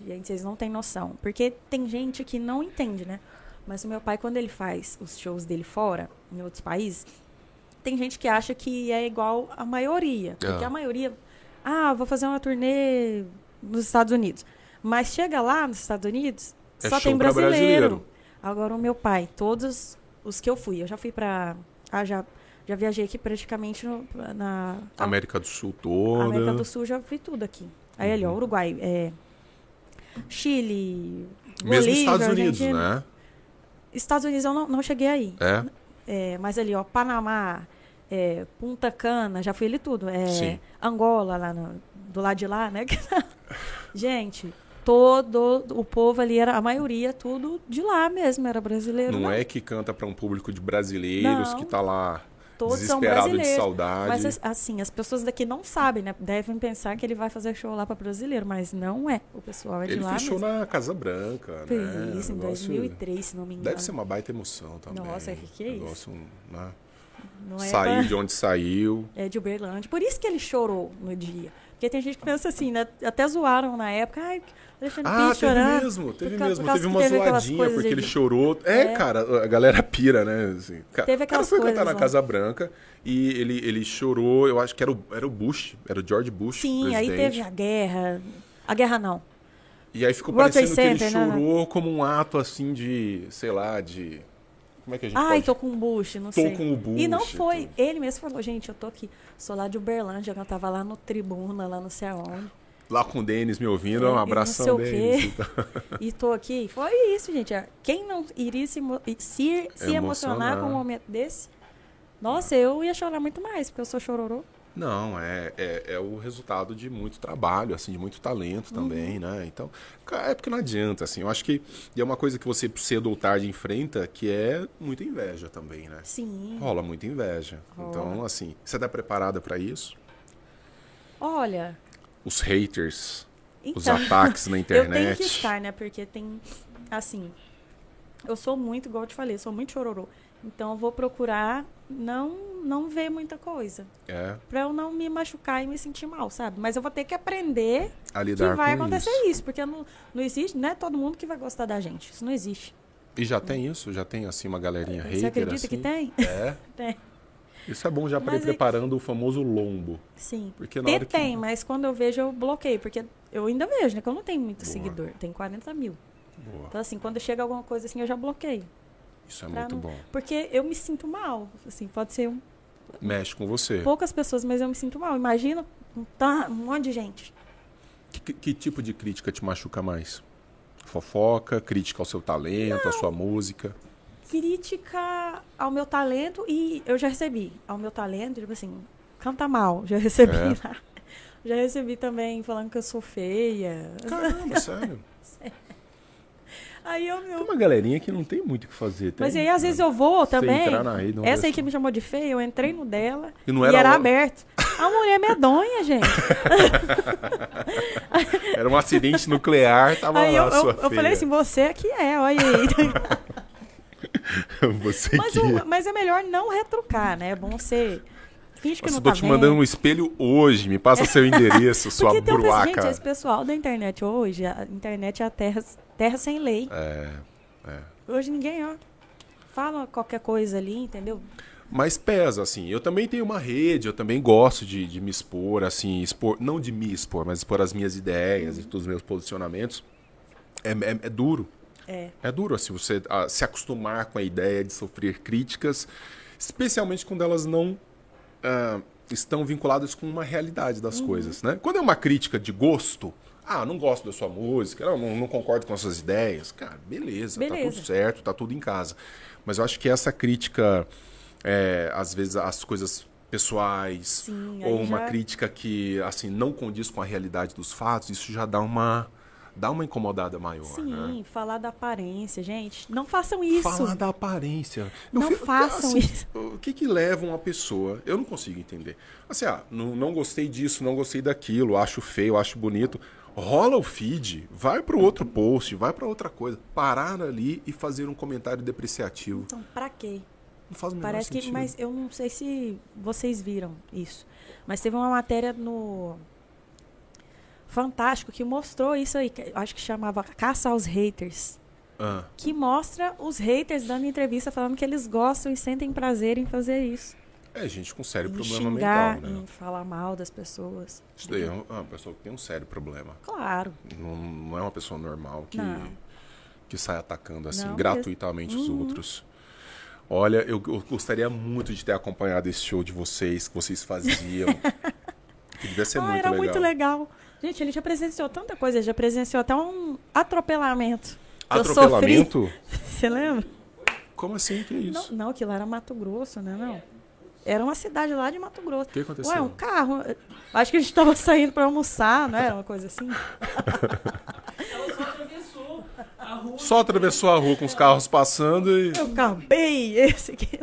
Speaker 2: Gente, vocês não têm noção. Porque tem gente que não entende, né? Mas o meu pai, quando ele faz os shows dele fora, em outros países, tem gente que acha que é igual a maioria. Porque
Speaker 1: Ah.
Speaker 2: a maioria. Ah, vou fazer uma turnê nos Estados Unidos. Mas chega lá nos Estados Unidos,
Speaker 1: É
Speaker 2: só
Speaker 1: show
Speaker 2: tem
Speaker 1: pra
Speaker 2: brasileiro.
Speaker 1: brasileiro.
Speaker 2: Agora o meu pai, todos os que eu fui, eu já fui pra. Ah, já, já viajei aqui praticamente no- na
Speaker 1: América do Sul
Speaker 2: a
Speaker 1: toda.
Speaker 2: Tá. América do Sul já vi tudo aqui. Aí ali, ó,
Speaker 1: Uhum.
Speaker 2: Uruguai, é, Chile,
Speaker 1: Mesmo
Speaker 2: Bolívia,
Speaker 1: Estados Unidos,
Speaker 2: Argentina.
Speaker 1: né?
Speaker 2: Estados Unidos eu não, não cheguei aí.
Speaker 1: É.
Speaker 2: É, mas ali, ó, Panamá, é, Punta Cana, já fui ali tudo. É,
Speaker 1: Sim.
Speaker 2: Angola, lá no- do lado de lá, né? Gente, todo o povo ali, era a maioria, tudo de lá mesmo, era brasileiro.
Speaker 1: Não
Speaker 2: né?
Speaker 1: é que canta pra um público de brasileiros
Speaker 2: Não.
Speaker 1: que tá lá
Speaker 2: Todos são
Speaker 1: desesperado de
Speaker 2: brasileiros.
Speaker 1: saudade.
Speaker 2: Mas as- assim, as pessoas daqui não sabem, né? Devem pensar que ele vai fazer show lá pra brasileiro, mas não é. O pessoal é de
Speaker 1: Ele
Speaker 2: lá.
Speaker 1: fechou
Speaker 2: mesmo.
Speaker 1: na Casa Branca, né?
Speaker 2: Isso, em
Speaker 1: Negócio-
Speaker 2: 2003, se não me engano.
Speaker 1: Deve ser uma baita emoção também.
Speaker 2: Nossa, que que é isso?
Speaker 1: Negócio, né?
Speaker 2: Não é
Speaker 1: Sair
Speaker 2: pra-
Speaker 1: de onde saiu.
Speaker 2: É de Uberlândia. Por isso que ele chorou no dia. Porque tem gente que pensa assim, né? Até zoaram na época. Ai, Alexandre
Speaker 1: Ah,
Speaker 2: Pires
Speaker 1: teve
Speaker 2: chorando.
Speaker 1: mesmo, teve
Speaker 2: um né? por
Speaker 1: mesmo.
Speaker 2: causa- por causa
Speaker 1: Teve
Speaker 2: que
Speaker 1: uma
Speaker 2: aquelas
Speaker 1: zoadinha
Speaker 2: coisas
Speaker 1: porque
Speaker 2: de-
Speaker 1: ele chorou. É,
Speaker 2: É.
Speaker 1: cara, a galera pira, né? assim. Ca-
Speaker 2: Teve
Speaker 1: o cara
Speaker 2: aquelas
Speaker 1: foi cantar
Speaker 2: coisas
Speaker 1: na
Speaker 2: né? lá.
Speaker 1: Casa Branca e ele, ele chorou, eu acho que era o, era o Bush, era o George Bush.
Speaker 2: Sim, aí
Speaker 1: presidente.
Speaker 2: teve a guerra. A guerra não.
Speaker 1: E aí ficou
Speaker 2: World
Speaker 1: parecendo
Speaker 2: Trade
Speaker 1: que ele
Speaker 2: Center, né?
Speaker 1: chorou como um ato assim de, sei lá, de. Como é que a gente
Speaker 2: Ai,
Speaker 1: pode?
Speaker 2: tô com o Bush, não
Speaker 1: Tô
Speaker 2: sei.
Speaker 1: com o então. Bush,
Speaker 2: E não foi.
Speaker 1: tô-
Speaker 2: Ele mesmo falou, gente, eu tô aqui. Sou lá de Uberlândia, eu tava lá no Tribuna, lá não sei aonde.
Speaker 1: Lá com o Denis me ouvindo,
Speaker 2: É,
Speaker 1: um
Speaker 2: e
Speaker 1: abração
Speaker 2: não sei o
Speaker 1: Denis.
Speaker 2: quê. E tô aqui. Foi isso, gente. Ah, Quem não iria se, emo- se, se
Speaker 1: Emocionar.
Speaker 2: emocionar com um momento desse? Nossa, eu ia chorar muito mais, porque eu sou chororô.
Speaker 1: Não, é, é, é o resultado de muito trabalho, assim, de muito talento
Speaker 2: Uhum.
Speaker 1: também, né? Então, ca- é porque não adianta, assim. Eu acho que e é uma coisa que você cedo ou tarde enfrenta, que é muita inveja também, né?
Speaker 2: Sim.
Speaker 1: Rola muita inveja. Então, assim, você tá preparada para isso?
Speaker 2: Olha,
Speaker 1: Os haters, os
Speaker 2: então,
Speaker 1: ataques na
Speaker 2: eu
Speaker 1: internet.
Speaker 2: tenho que estar, né? Porque tem, assim, eu sou muito, igual eu te falei, eu sou muito chororô. Então eu vou procurar não, não ver muita coisa.
Speaker 1: É,
Speaker 2: Pra eu não me machucar e me sentir mal, sabe? Mas eu vou ter que aprender
Speaker 1: a lidar
Speaker 2: que vai
Speaker 1: com
Speaker 2: acontecer
Speaker 1: isso.
Speaker 2: isso. porque não, não existe, não é todo mundo que vai gostar da gente. Isso não existe.
Speaker 1: E já tem isso? Já tem, assim, uma galerinha hater,
Speaker 2: Você acredita que
Speaker 1: assim?
Speaker 2: tem?
Speaker 1: É.
Speaker 2: Tem.
Speaker 1: Isso é bom já para ir
Speaker 2: Mas é que-
Speaker 1: preparando o famoso lombo.
Speaker 2: Sim.
Speaker 1: Porque na
Speaker 2: Ter
Speaker 1: hora que...
Speaker 2: tem, mas quando eu vejo, eu bloqueio, porque eu ainda vejo, né? Que eu não tenho muito
Speaker 1: Boa.
Speaker 2: seguidor, tem 40 mil.
Speaker 1: Boa.
Speaker 2: Então, assim, quando chega alguma coisa assim, eu já bloqueio.
Speaker 1: Isso é
Speaker 2: pra
Speaker 1: muito
Speaker 2: não-
Speaker 1: bom.
Speaker 2: Porque eu me sinto mal. Assim, pode ser um-
Speaker 1: Mexe com você.
Speaker 2: poucas pessoas, mas eu me sinto mal. Imagina um, ta- um monte de gente.
Speaker 1: Que, que tipo de crítica te machuca mais? Fofoca, crítica ao seu talento, à sua música.
Speaker 2: Crítica ao meu talento e eu já recebi. Ao meu talento, tipo assim, canta mal, já recebi
Speaker 1: É.
Speaker 2: lá. Já recebi também falando que eu sou feia.
Speaker 1: Caramba, sério.
Speaker 2: Aí eu, eu
Speaker 1: Tem É uma galerinha que não tem muito o que fazer. Tem, né?
Speaker 2: Mas aí às vezes eu vou
Speaker 1: Você
Speaker 2: também.
Speaker 1: entrar na rede, não
Speaker 2: Essa aí
Speaker 1: deixa.
Speaker 2: que me chamou de feia, eu entrei no dela
Speaker 1: E não
Speaker 2: e
Speaker 1: era,
Speaker 2: era
Speaker 1: lo-
Speaker 2: aberto. A mulher é medonha, gente.
Speaker 1: era um acidente nuclear, tava
Speaker 2: aí
Speaker 1: lá
Speaker 2: eu,
Speaker 1: a sua
Speaker 2: eu, eu falei
Speaker 1: filha.
Speaker 2: assim, você é que é, olha aí.
Speaker 1: você
Speaker 2: mas,
Speaker 1: que...
Speaker 2: o- mas é melhor não retrucar, né? É bom você. Finge que
Speaker 1: Nossa,
Speaker 2: não
Speaker 1: tô
Speaker 2: tá
Speaker 1: te
Speaker 2: vendo.
Speaker 1: mandando um espelho hoje. Me passa seu endereço, sua
Speaker 2: Porque tem um pessoal, gente,
Speaker 1: bruaca.
Speaker 2: esse pessoal da internet hoje, a internet é a terra, terra sem lei.
Speaker 1: É, é.
Speaker 2: Hoje ninguém, ó. Fala qualquer coisa ali, entendeu?
Speaker 1: Mas pesa, assim. Eu também tenho uma rede, eu também gosto de, de me expor, assim, expor, não de me expor, mas expor as minhas ideias e
Speaker 2: Uhum.
Speaker 1: todos os meus posicionamentos. É, é- é duro.
Speaker 2: É.
Speaker 1: É duro, assim, você ah, se acostumar com a ideia de sofrer críticas, especialmente quando elas não ah, estão vinculadas com uma realidade das
Speaker 2: Uhum.
Speaker 1: coisas, né? Quando é uma crítica de gosto, ah, não gosto da sua música, não, não- não concordo com as suas ideias, cara, beleza, tá
Speaker 2: Beleza.
Speaker 1: tudo certo, tá tudo em casa. Mas eu acho que essa crítica, é, às vezes, as coisas pessoais
Speaker 2: Sim, aí
Speaker 1: ou uma
Speaker 2: já-
Speaker 1: crítica que assim não condiz com a realidade dos fatos, isso já dá uma dá uma incomodada maior, né?
Speaker 2: Sim, falar da aparência, gente. Não façam isso.
Speaker 1: Falar da aparência.
Speaker 2: Não façam
Speaker 1: assim,
Speaker 2: isso.
Speaker 1: O que que leva uma pessoa? Eu não consigo entender. Assim, ah, não, não gostei disso, não gostei daquilo, acho feio, acho bonito. Rola o feed, vai para outro post, vai para outra coisa. Parar ali e fazer um comentário depreciativo.
Speaker 2: Então, pra quê?
Speaker 1: Não faz o menor
Speaker 2: Parece que,
Speaker 1: sentido.
Speaker 2: mas eu não sei se vocês viram isso, mas teve uma matéria no Fantástico que mostrou isso aí, que eu acho que chamava Caça aos Haters,
Speaker 1: Ah,
Speaker 2: que mostra os haters dando entrevista falando que eles gostam e sentem prazer em fazer isso,
Speaker 1: é gente com sério
Speaker 2: em
Speaker 1: problema
Speaker 2: xingar,
Speaker 1: mental, né?
Speaker 2: em falar mal das pessoas.
Speaker 1: Isso daí é um- é uma pessoa que tem um sério problema.
Speaker 2: Claro.
Speaker 1: Não, não é uma pessoa normal que,
Speaker 2: Não.
Speaker 1: que sai atacando assim
Speaker 2: Não Uhum.
Speaker 1: gratuitamente os outros. Olha, eu, eu gostaria muito de ter acompanhado esse show de vocês, que vocês faziam. que devia ser
Speaker 2: ah,
Speaker 1: é muito
Speaker 2: era
Speaker 1: legal.
Speaker 2: muito legal. Gente, ele já presenciou tanta coisa, ele já presenciou até um atropelamento. que eu sofri.
Speaker 1: Atropelamento?
Speaker 2: Você lembra?
Speaker 1: Como assim que é
Speaker 2: Não,
Speaker 1: isso?
Speaker 2: não, aquilo era Mato Grosso, né? Não. Era uma cidade lá de Mato Grosso.
Speaker 1: O que aconteceu?
Speaker 2: Ué, um carro. eh, Acho que a gente estava saindo para almoçar, não era uma coisa assim?
Speaker 3: Ela só atravessou a rua.
Speaker 1: Só atravessou a rua com os carros passando e
Speaker 2: Eu acabei esse aqui.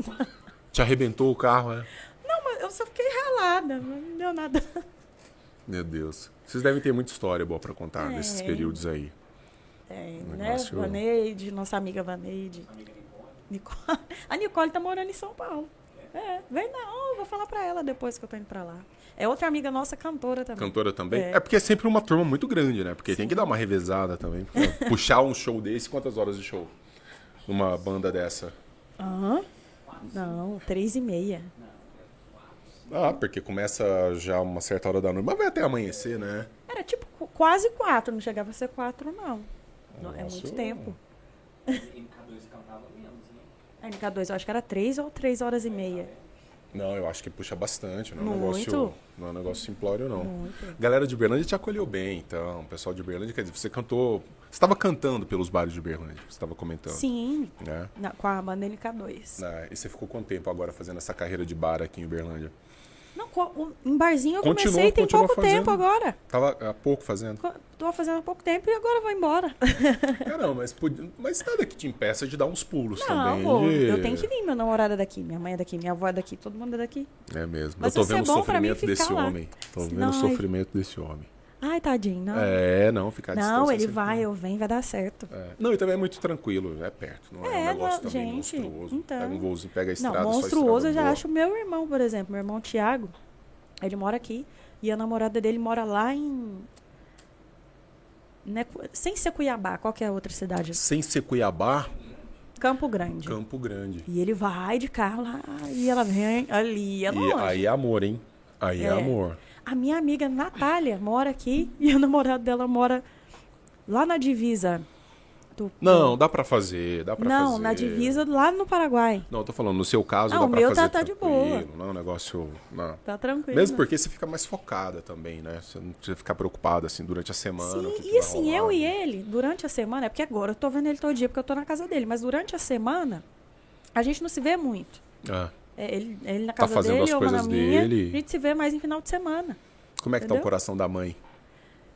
Speaker 1: te arrebentou o carro, né?
Speaker 2: Não, mas eu só fiquei ralada, não deu nada.
Speaker 1: Meu Deus. Vocês devem ter muita história boa pra contar
Speaker 2: É.
Speaker 1: nesses períodos aí.
Speaker 2: Tem,
Speaker 1: O
Speaker 2: né?
Speaker 1: Um negócio-
Speaker 2: Vaneide, nossa amiga Vaneide. Nicole. A Nicole tá morando em São Paulo. É, vem não, eu vou falar pra ela depois que eu tô indo pra lá. É outra amiga nossa, cantora também.
Speaker 1: Cantora também? É.
Speaker 2: É.
Speaker 1: porque é sempre uma turma muito grande, né? Porque tem que dar uma revezada também. porque puxar um show desse, quantas horas de show? Uma banda dessa.
Speaker 2: Aham. Não, três e meia.
Speaker 1: Ah, porque começa já uma certa hora da noite, mas vai até amanhecer, né?
Speaker 2: Era tipo qu- quase quatro, não chegava a ser quatro, não. Não, é
Speaker 1: Nossa,
Speaker 2: muito
Speaker 1: eu-
Speaker 2: tempo.
Speaker 3: MK2 cantava um menos, né?
Speaker 2: A MK2, eu acho que era três ou três horas e meia.
Speaker 1: Não, eu acho que puxa bastante. Não é um
Speaker 2: Muito.
Speaker 1: negócio, não é um negócio simplório, não.
Speaker 2: Muito.
Speaker 1: Galera de Uberlândia te acolheu bem, então. O pessoal de Uberlândia, quer dizer, você cantou. Você estava cantando pelos bares de Uberlândia, você estava comentando.
Speaker 2: Sim,
Speaker 1: Né?
Speaker 2: na- com a banda MK2.
Speaker 1: Ah, e você ficou quanto tempo agora fazendo essa carreira de bar aqui em Uberlândia?
Speaker 2: Não, co- o- em barzinho eu
Speaker 1: Continua-
Speaker 2: comecei tem
Speaker 1: continua
Speaker 2: pouco tempo
Speaker 1: fazendo.
Speaker 2: agora.
Speaker 1: Tava há pouco fazendo.
Speaker 2: Co- Tô fazendo há pouco tempo e agora eu vou embora.
Speaker 1: Caramba, mas, podia- mas nada que te impeça de dar uns pulos
Speaker 2: Não,
Speaker 1: também.
Speaker 2: amor,
Speaker 1: tá de-
Speaker 2: eu tenho que vir. Meu namorado é daqui, minha mãe é daqui, minha avó é daqui, todo mundo é daqui.
Speaker 1: É mesmo.
Speaker 2: Mas
Speaker 1: eu tô
Speaker 2: se
Speaker 1: vendo o
Speaker 2: isso é bom pra mim,
Speaker 1: sofrimento desse
Speaker 2: fica lá.
Speaker 1: homem. Tô
Speaker 2: Se
Speaker 1: vendo
Speaker 2: não,
Speaker 1: o
Speaker 2: ai.
Speaker 1: sofrimento desse homem.
Speaker 2: Ai, tadinho, não.
Speaker 1: É, não, ficar à
Speaker 2: Ah. não,
Speaker 1: distância
Speaker 2: ele
Speaker 1: sempre-
Speaker 2: vai, eu venho, vai dar certo.
Speaker 1: É. Não, e também é muito tranquilo, é perto, não é, um
Speaker 2: É,
Speaker 1: negócio
Speaker 2: não,
Speaker 1: também
Speaker 2: gente,
Speaker 1: monstruoso.
Speaker 2: então.
Speaker 1: Pega um golzinho, pega a estrada,
Speaker 2: Não,
Speaker 1: só
Speaker 2: monstruoso eu já
Speaker 1: estrada boa.
Speaker 2: acho meu irmão, por exemplo. Meu irmão Tiago, ele mora aqui e a namorada dele mora lá em. né, Cu- sem ser Cuiabá, qual que é a outra cidade?
Speaker 1: Sem ser Cuiabá,
Speaker 2: Campo Grande.
Speaker 1: Campo Grande.
Speaker 2: E ele vai de carro lá e ela vem ali. É
Speaker 1: E
Speaker 2: longe.
Speaker 1: aí é amor, hein? Aí é,
Speaker 2: É.
Speaker 1: amor.
Speaker 2: A minha amiga Natália mora aqui e o namorado dela mora lá na divisa. Do...
Speaker 1: Não, dá pra fazer, dá pra
Speaker 2: Não,
Speaker 1: fazer.
Speaker 2: na divisa lá no Paraguai.
Speaker 1: Não, eu tô falando, no seu caso
Speaker 2: Ah,
Speaker 1: dá
Speaker 2: o
Speaker 1: pra
Speaker 2: meu
Speaker 1: fazer
Speaker 2: tá- tá de
Speaker 1: tranquilo, Não é um negócio... não.
Speaker 2: Tá tranquilo.
Speaker 1: Mesmo porque você fica mais focada também, né? Você não precisa ficar preocupada, assim, durante a semana. o
Speaker 2: Sim,
Speaker 1: que que
Speaker 2: e
Speaker 1: vai
Speaker 2: assim,
Speaker 1: rolar. né?
Speaker 2: eu e ele, durante a semana, é porque agora eu tô vendo ele todo dia, porque eu tô na casa dele, mas durante a semana, a gente não se vê muito.
Speaker 1: Ah,
Speaker 2: É, ele, ele na
Speaker 1: Tá
Speaker 2: casa
Speaker 1: fazendo
Speaker 2: dele,
Speaker 1: as
Speaker 2: eu vou na
Speaker 1: coisas
Speaker 2: minha,
Speaker 1: dele.
Speaker 2: a gente se vê mais em final de semana.
Speaker 1: Como é que tá o
Speaker 2: Entendeu?
Speaker 1: coração da mãe?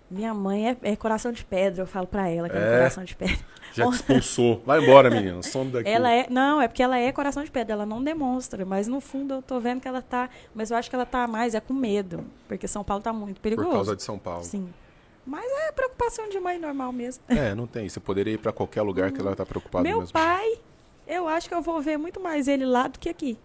Speaker 2: Minha mãe é, é coração de pedra, eu falo pra ela que ela
Speaker 1: É?
Speaker 2: é coração de pedra.
Speaker 1: Já te expulsou. Vai embora, menina. Some daqui.
Speaker 2: Ela é, não, é porque ela é coração de pedra, ela não demonstra, mas no fundo eu tô vendo que ela tá, mas eu acho que ela tá mais é com medo, porque São Paulo tá muito perigoso.
Speaker 1: Por causa de São Paulo.
Speaker 2: Sim. Mas é preocupação de mãe normal mesmo.
Speaker 1: É, não tem. Você poderia ir pra qualquer lugar que ela tá preocupada
Speaker 2: Uhum. Meu
Speaker 1: mesmo.
Speaker 2: pai, eu acho que eu vou ver muito mais ele lá do que aqui.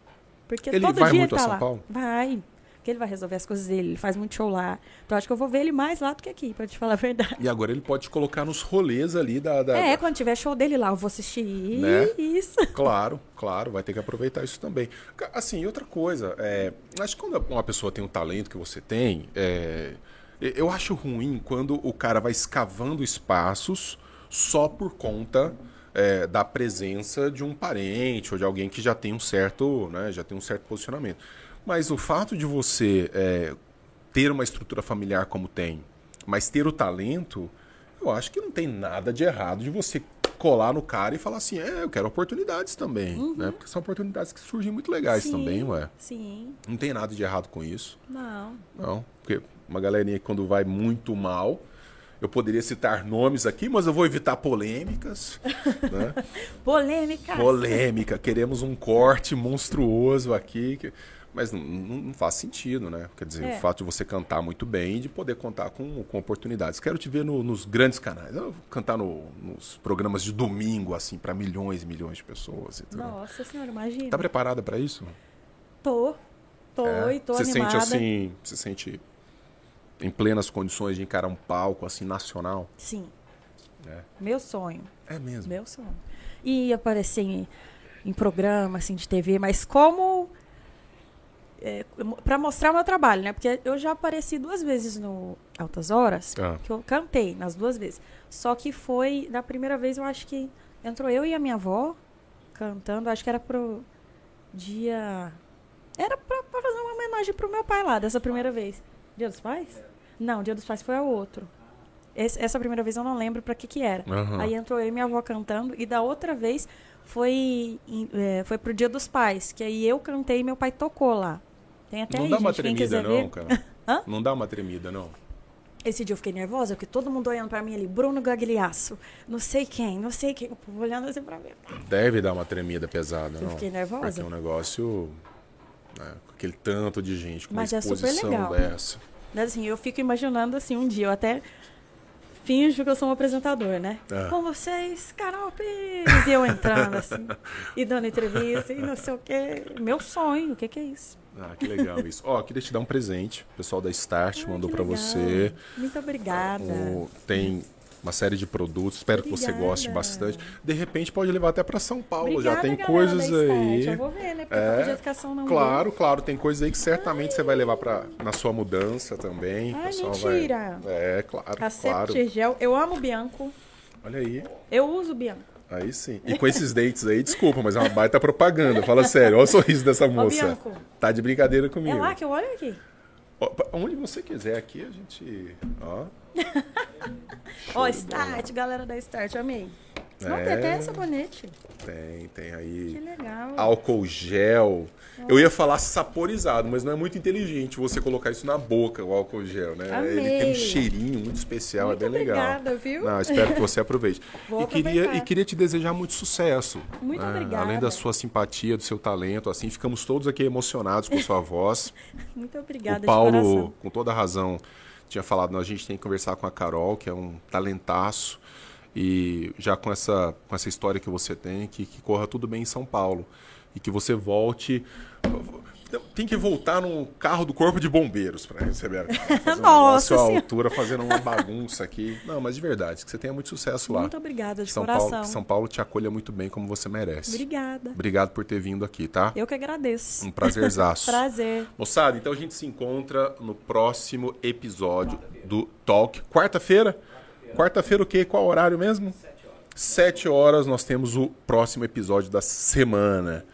Speaker 2: Porque
Speaker 1: Ele
Speaker 2: todo
Speaker 1: vai
Speaker 2: dia
Speaker 1: muito
Speaker 2: ele
Speaker 1: a
Speaker 2: tá
Speaker 1: São
Speaker 2: lá.
Speaker 1: Paulo?
Speaker 2: Vai. Porque ele vai resolver as coisas dele, ele faz muito show lá. Então eu acho que eu vou ver ele mais lá do que aqui, pra te falar a verdade.
Speaker 1: E agora ele pode te colocar nos rolês ali da. da-
Speaker 2: É,
Speaker 1: da-
Speaker 2: quando tiver show dele lá, eu vou assistir.
Speaker 1: Né?
Speaker 2: Isso.
Speaker 1: Claro, claro, vai ter que aproveitar isso também. Ca- Assim, e outra coisa, é, acho que quando uma pessoa tem um talento que você tem, é, e- eu acho ruim quando o cara vai escavando espaços só por conta é, da presença de um parente ou de alguém que já tem um certo, né, já tem um certo posicionamento. Mas o fato de você é, ter uma estrutura familiar como tem, mas ter o talento, eu acho que não tem nada de errado de você colar no cara e falar assim, é, eu quero oportunidades também, né? Porque são oportunidades que surgem muito legais
Speaker 2: Sim,
Speaker 1: Ah, também, ué.
Speaker 2: Sim,
Speaker 1: Não tem nada de errado com isso,
Speaker 2: não.
Speaker 1: não. Porque uma galerinha que quando vai muito mal, eu poderia citar nomes aqui, mas eu vou evitar polêmicas, né?
Speaker 2: Polêmica.
Speaker 1: polêmica, queremos um corte monstruoso aqui. que- Mas não, não- não faz sentido, né? Quer dizer,
Speaker 2: É.
Speaker 1: o fato de você cantar muito bem e de poder contar com, com oportunidades. Quero te ver no- nos grandes canais. Eu vou cantar no- nos programas de domingo, assim, para milhões e milhões de pessoas. e tudo.
Speaker 2: Nossa senhora, imagina.
Speaker 1: Tá preparada para isso?
Speaker 2: Tô. Tô
Speaker 1: É.
Speaker 2: e tô
Speaker 1: você
Speaker 2: animada.
Speaker 1: sente assim, você sente em plenas condições de encarar um palco assim nacional?
Speaker 2: Sim.
Speaker 1: É.
Speaker 2: Meu sonho.
Speaker 1: É mesmo.
Speaker 2: Meu sonho. E aparecer em, em programa, assim, de TV, mas como. É, para mostrar o meu trabalho, né? Porque eu já apareci duas vezes no Altas Horas,
Speaker 1: Ah.
Speaker 2: que eu cantei nas duas vezes. Só que foi, na primeira vez, eu acho que entrou eu e a minha avó cantando, acho que era pro dia. Era pra, pra fazer uma homenagem pro meu pai lá, dessa primeira vez. Dia dos Pais? Não, Dia dos Pais foi a outro. Esse- essa primeira vez eu não lembro pra que que era.
Speaker 1: Aham.
Speaker 2: Aí entrou eu e minha avó cantando, e da outra vez foi, em- é, foi pro Dia dos Pais, que aí eu cantei e meu pai tocou lá. Tem até
Speaker 1: não
Speaker 2: aí,
Speaker 1: dá
Speaker 2: gente,
Speaker 1: uma
Speaker 2: quem quiser
Speaker 1: tremida não,
Speaker 2: ver.
Speaker 1: cara.
Speaker 2: Hã?
Speaker 1: Não dá uma tremida não.
Speaker 2: Esse dia eu fiquei nervosa, porque todo mundo olhando pra mim ali, Bruno Gagliasso, não sei quem, não sei quem, o povo olhando assim pra mim.
Speaker 1: Deve dar uma tremida pesada,
Speaker 2: Eu
Speaker 1: não?
Speaker 2: fiquei nervosa.
Speaker 1: Porque é um negócio. né, com aquele tanto de gente, com
Speaker 2: Mas
Speaker 1: uma
Speaker 2: é super
Speaker 1: exposição
Speaker 2: legal, né?
Speaker 1: dessa.
Speaker 2: Mas, assim, eu fico imaginando assim um dia, eu até finjo que eu sou um apresentador, né?
Speaker 1: Ah.
Speaker 2: Com vocês, Carol Pires! E eu entrando assim, e dando entrevista, e não sei o quê. Meu sonho, o que que é isso?
Speaker 1: Ah, que legal isso. Ó, queria te dar um presente. O pessoal da Start
Speaker 2: Ai,
Speaker 1: mandou
Speaker 2: que
Speaker 1: pra
Speaker 2: legal.
Speaker 1: você.
Speaker 2: Muito obrigada.
Speaker 1: O- tem uma série de produtos. Espero que você
Speaker 2: Obrigada.
Speaker 1: goste bastante. De repente pode levar até pra São Paulo.
Speaker 2: Obrigada,
Speaker 1: Já tem
Speaker 2: galera
Speaker 1: coisas
Speaker 2: da Start.
Speaker 1: aí.
Speaker 2: Eu vou ver, né? Porque
Speaker 1: É,
Speaker 2: eu tô de educação não.
Speaker 1: Claro, claro, tem coisas aí que certamente você vai levar para na sua mudança também. O
Speaker 2: Ai,
Speaker 1: pessoal
Speaker 2: mentira.
Speaker 1: Vai... É, claro,
Speaker 2: A
Speaker 1: claro.
Speaker 2: gel, eu amo Bianco.
Speaker 1: Olha aí.
Speaker 2: Eu uso Bianco.
Speaker 1: Aí sim. E com esses dates aí, desculpa, mas é uma baita propaganda. Fala sério, olha o sorriso dessa moça.
Speaker 2: Bianco.
Speaker 1: Tá de brincadeira
Speaker 2: É
Speaker 1: comigo.
Speaker 2: lá que eu olho aqui.
Speaker 1: Ó, pra- Onde você quiser aqui, a gente. Ó.
Speaker 2: Ó, Start, galera da Start, amei. Não,
Speaker 1: É.
Speaker 2: tem até sabonete.
Speaker 1: Tem, tem
Speaker 2: Que
Speaker 1: aí.
Speaker 2: legal.
Speaker 1: Álcool gel. Eu ia falar saporizado, mas não é muito inteligente você colocar isso na boca, o álcool gel, né? Ele tem um
Speaker 2: Amei.
Speaker 1: cheirinho muito especial,
Speaker 2: Muito
Speaker 1: é bem
Speaker 2: obrigada,
Speaker 1: legal.
Speaker 2: viu?
Speaker 1: Não, espero que você aproveite.
Speaker 2: Vou
Speaker 1: e, queria,
Speaker 2: aproveitar.
Speaker 1: e queria te desejar muito sucesso. né?
Speaker 2: Muito obrigada.
Speaker 1: Além da sua simpatia, do seu talento, assim, ficamos todos aqui emocionados com sua voz.
Speaker 2: Muito obrigada,
Speaker 1: o
Speaker 2: de
Speaker 1: Paulo,
Speaker 2: coração.
Speaker 1: com toda a razão, tinha falado, a gente tem que conversar com a Carol, que é um talentaço, e já com essa, com essa história que você tem, que, que corra tudo bem em São Paulo, e que você volte... Tem que voltar num carro do Corpo de Bombeiros para receber a Carol, fazendo a
Speaker 2: Nossa
Speaker 1: sua
Speaker 2: Senhora.
Speaker 1: altura, fazendo uma bagunça aqui. Não, mas de verdade, que você tenha muito sucesso lá.
Speaker 2: Muito obrigada, de
Speaker 1: São
Speaker 2: coração.
Speaker 1: Paulo, que São Paulo te acolha muito bem como você merece.
Speaker 2: Obrigada.
Speaker 1: Obrigado por ter vindo aqui, tá?
Speaker 2: Eu que agradeço.
Speaker 1: Um prazerzaço.
Speaker 2: Prazer.
Speaker 1: Moçada, então a gente se encontra no próximo episódio do Talk. Quarta-feira? Quarta-feira o quê? Qual horário mesmo? Sete horas nós temos o próximo episódio da semana.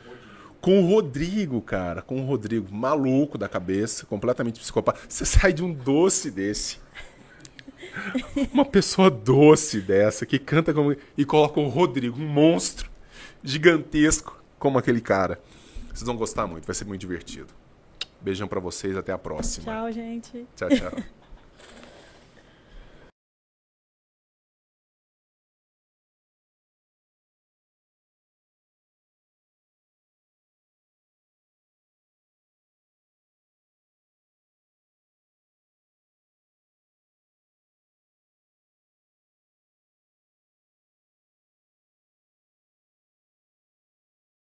Speaker 1: Com o Rodrigo, cara. Com o Rodrigo, maluco da cabeça, completamente psicopata. Você sai de um doce desse. Uma pessoa doce dessa, que canta como. E coloca o Rodrigo, um monstro gigantesco como aquele cara. Vocês vão gostar muito, vai ser muito divertido. Beijão pra vocês, até a próxima.
Speaker 2: Tchau, gente.
Speaker 1: Tchau, tchau.